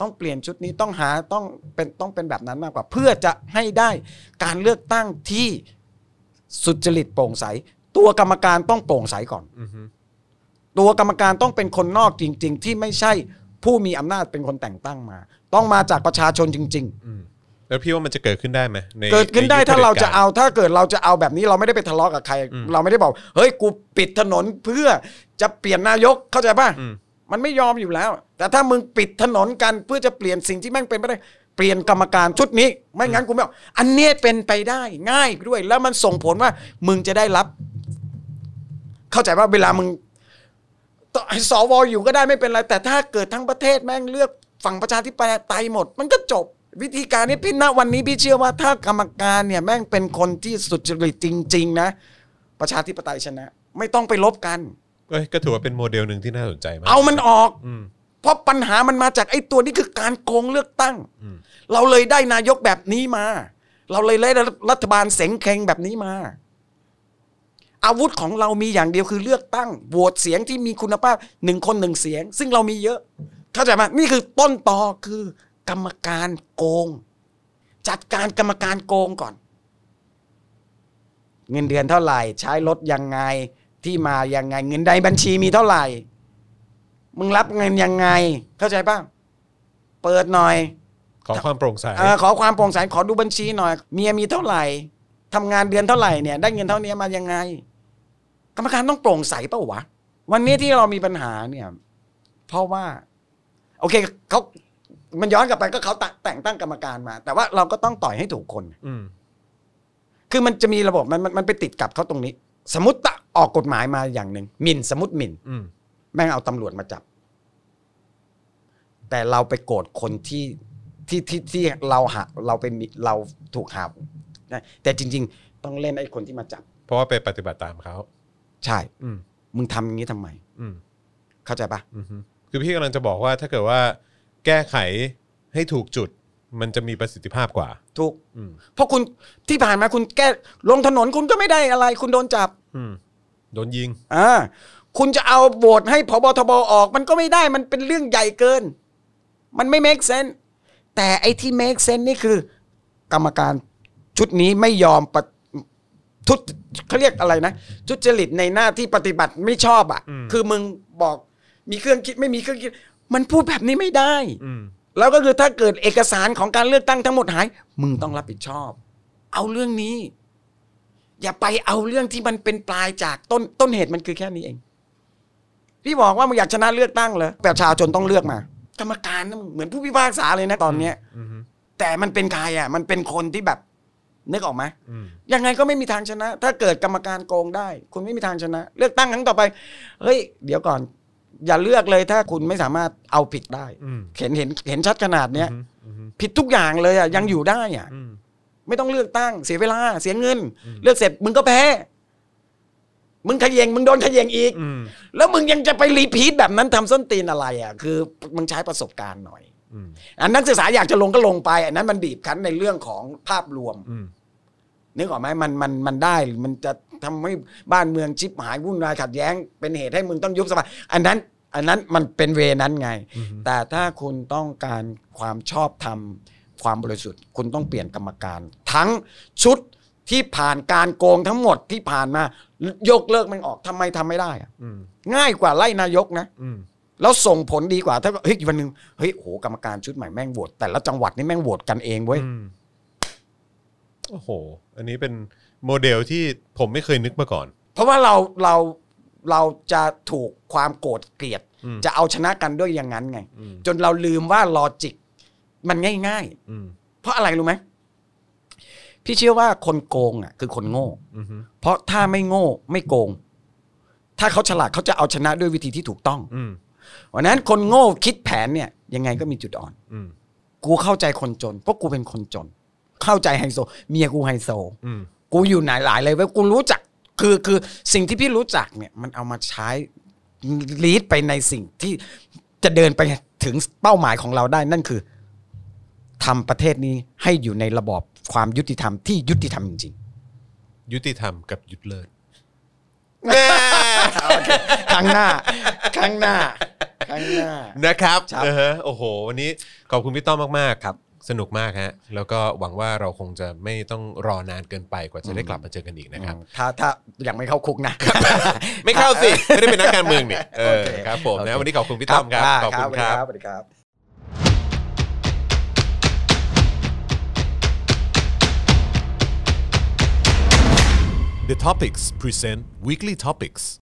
ต้องเปลี่ยนชุดนี้ต้องหาต้องเป็นต้องเป็นแบบนั้นมากกว่า เพื่อจะให้ได้การเลือกตั้งที่สุจริตโปร่งใส ตัวกรรมการต้องโปร่งใสก่อน
อืม
ตัวกรรมการต้องเป็นคนนอกจริง ๆ ที่ไม่ใช่ผู้มีอำนาจเป็นคนแต่งตั้งมา ต้องมาจากประชาชนจริง ๆ
อืมแล้วพี่ว่ามันจะเกิดขึ้นได้ไหมใน
เกิดขึ้นได้
ใยุค
ถ้าเรา
ผด็จก
จะเอาถ้าเกิดเราจะเอาแบบนี้เราไม่ได้ไปทะเลาะกับใคร
อืม
เราไม่ได้บอก เฮ้ยกูปิดถนนเพื่อจะเปลี่ยนนายกเข้าใจป่ะ
อืม
มันไม่ยอมอยู่แล้ว แต่ถ้ามึงปิดถนนกันเพื่อจะเปลี่ยนสิ่งที่แม่งเป็นไปได้ เปลี่ยนกรรมการชุดนี้ ไม่งั้นกูไม่เอาอันเนี้ยเป็นไปได้ง่ายด้วย แล้วมันส่งผลว่า มึงจะได้รับ เข้าใจว่าเวลามึงต่อให้สวอยู่ก็ได้ไม่เป็นไร แต่ถ้าเกิดทั้งประเทศแม่งเลือกฝั่งประชาธิปไตยหมด มันก็จบ วิธีการนี้พี่ณวันนี้พี่เชื่อว่าถ้ากรรมการเนี่ยแม่งเป็นคนที่สุจริตจริง ๆ นะ ประชาธิปไตยชนะ ไม่ต้องไปลบกัน
เอ้ยก็ถือว่าเป็นโมเดลหนึ่งที่น่าสนใจมาก
เอามันออก เพราะปัญหามันมาจากไอ้ตัวนี้คือการโกงเลือกตั้ง เราเลยได้นายกแบบนี้มา เราเลยได้รัฐบาลเสงเคงแบบนี้มา อาวุธของเรามีอย่างเดียวคือเลือกตั้งโหวตเสียงที่มีคุณภาพหนึ่งคนหนึ่งเสียง ซึ่งเรามีเยอะ เข้าใจไหมนี่คือต้นตอคือกรรมการโกง จัดการกรรมการโกงก่อน เงินเดือนเท่าไหร่ ใช้รถยังไงที่มายังไง เงินในบัญชีมีเท่าไหร่ มึงรับเงินยังไง เข้าใจป่ะเปิดหน่อย
ขอความโปร่งใส
เออขอความโปร่งใสขอดูบัญชีหน่อย เมียมีเท่าไหร่ทำงานเดือนเท่าไหร่เนี่ย ได้เงินเท่านี้มายังไง กรรมการต้องโปร่งใสเปล่าวะวันนี้ที่เรามีปัญหาเนี่ย เพราะว่า โอเคเขามันย้อนกลับไปก็เขาแต่งตั้งกรรมการมา แต่ว่าเราก็ต้องต่อยให้ถูกคน
อืม
คือมันจะมีระบบมันมันมันไปติดกับเขาตรงนี้ สมมติตะออกกฎหมายมาอย่างหนึ่งหมิ่นสมมติหมิ่น
อืม
แม่งเอาตำรวจมาจับ แต่เราไปโกรธคนที่ที่ที่ที่เราหาเราไปมีเราถูกหานะแต่จริง ๆ ต้องเล่นไอ้คนที่มาจับ
เพราะว่าไปปฏิบัติตามเขา
ใช่
อืม
มึงทำอย่างนี้ทำไม
อืม
เข้าใจปะ
อืมคือพี่กำลังจะบอกว่าถ้าเกิดว่า แก้ไขให้ถูกจุด มันจะมีประสิทธิภาพกว่า
ถูก
อืม
เพราะคุณที่ผ่านมาคุณแก้ลงถนนคุณก็ไม่ได้อะไร คุณโดนจับ
อืมโดนยิง
อ่าคุณจะเอาโหวตให้พบทบออก มันก็ไม่ได้มันเป็นเรื่องใหญ่เกิน มันไม่ make sense แต่ไอ้ที่ make sense นี่คือ กรรมการชุดนี้ไม่ยอมปะทุจเขาเรียกอะไรนะทุจริตในหน้าที่ปฏิบัติไม่ชอบอะ่ะ
อืม
คือมึงบอกมีเครื่องคิดไม่มีเครื่องคิด มันพูดแบบนี้ไม่ได้
อืม
แล้วก็คือถ้าเกิดเอกสารของการเลือกตั้งทั้งหมดหาย มึงต้องรับผิดชอบ เอาเรื่องนี้ อย่าไปเอาเรื่องที่มันเป็นปลายจากต้นต้นเหตุมันคือแค่นี้เอง พี่บอกว่ามึงอยากชนะเลือกตั้งเหรอประชาชนต้องเลือกมา กรรมการนะมึงเหมือนผู้พิพากษาเลยนะตอนเนี้ย
อืม
แต่มันเป็นใครอ่ะ มันเป็นคนที่แบบนึกออกไหม
อืม
ยังไงก็ไม่มีทางชนะ ถ้าเกิดกรรมการโกงได้ คุณไม่มีทางชนะ เลือกตั้งครั้งต่อไป เฮ้ย เดี๋ยวก่อน อย่าเลือกเลยถ้าคุณไม่สามารถเอาผิดได้
อืม
เห็นเห็นเห็นชัดขนาดเนี้ย
อืม
ผิดทุกอย่างเลยอ่ะยังอยู่ได้อ่ะ
อืม
ไม่ต้องเลือกตั้ง เสียเวลา เสียเงิน
อืม
เลือกเสร็จมึงก็แพ้ มึงขยเยงมึงโดนขยเยงอีก
อืม
แล้วมึงยังจะไปรีพีทแบบนั้นทำส้นตีนอะไรอ่ะ คือมึงใช้ประสบการณ์หน่อย
อืม
อันนักศึกษาอยากจะลงก็ลงไปอันนั้นมันบีบคั้นในเรื่องของภาพรวม
อืม
นึกออกไหมมันมันมันได้หรือมันจะทำให้บ้านเมืองชิบหายวุ่นวายขัดแย้ง เป็นเหตุให้มึงต้องยุบสภาอันนั้น อันนั้นมันเป็นเวนั้นไง
อือฮึ
แต่ถ้าคุณต้องการความชอบธรรมความบริสุทธิ์ คุณต้องเปลี่ยนกรรมการ ทั้งชุดที่ผ่านการโกงทั้งหมดที่ผ่านมายกเลิกมันออกทำไมทำไม่ได้อะ
อืม
ง่ายกว่าไล่นายกนะ
อืม
แล้วส่งผลดีกว่า ถ้าเฮ้ยวันหนึ่งเฮ้ยโหกรรมการชุดใหม่แม่งโหวตแต่ละจังหวัดนี่แม่งโหวตกันเองเว้ย
อืมโอ้โห อันนี้เป็นโมเดลที่ผมไม่เคยนึกมาก่อน
เพราะว่าเราเราเราจะถูกความโกรธเกลียด
อืม
จะเอาชนะกันด้วยอย่างนั้นไง
อืม
จนเราลืมว่าลอจิก มันง่าย
อืม
ๆ เพราะอะไรรู้ไหมพี่เชื่อว่าคนโกงอ่ะ คือคนโง่
อืมอืม
เพราะถ้าไม่โง่ไม่โกง ถ้าเขาฉลาดเขาจะเอาชนะด้วยวิธีที่ถูกต้อง
อืม
เพราะฉะนั้นคนโง่คิดแผนเนี่ย ยังไงก็มีจุดอ่อน
อืม
กูเข้าใจคนจน เพราะกูเป็นคนจน เข้าใจไฮโซ เมียกูไฮโซ
อืม
กูอยู่ไหนหลายเลยเว้ยกูรู้จักคือคือสิ่งที่พี่รู้จักเนี่ย มันเอามาใช้ลีดไปในสิ่งที่จะเดินไปถึงเป้าหมายของเราได้นั่นคือทำประเทศนี้ให้อยู่ในระบอบความยุติธรรมที่ยุติธรรมจริง
ยุติธรรมกับหยุดเลิศ
ๆครั้งหน้า ครั้งหน้า ครั้งหน้า
นะครับ
ครับ
นะฮะโอ้โห วันนี้ขอบคุณพี่ต้อมมากๆครับ สนุกมากฮะ แล้วก็หวังว่าเราคงจะไม่ต้องรอนานเกินไปกว่าจะได้กลับมาเจอกันอีกนะครับ
ถ้าถ้ายังไม่เข้าคุกนะ
ไม่เข้าสิ ไม่ได้เป็นนักการเมือง นี่เออ
โอเค
ครับผมนะ
โอเค
วันนี้ขอบคุณพี่ต้อมครับขอบคุณครับ
สวัสดีครับสวัสดีครับ
The Topics present weekly topics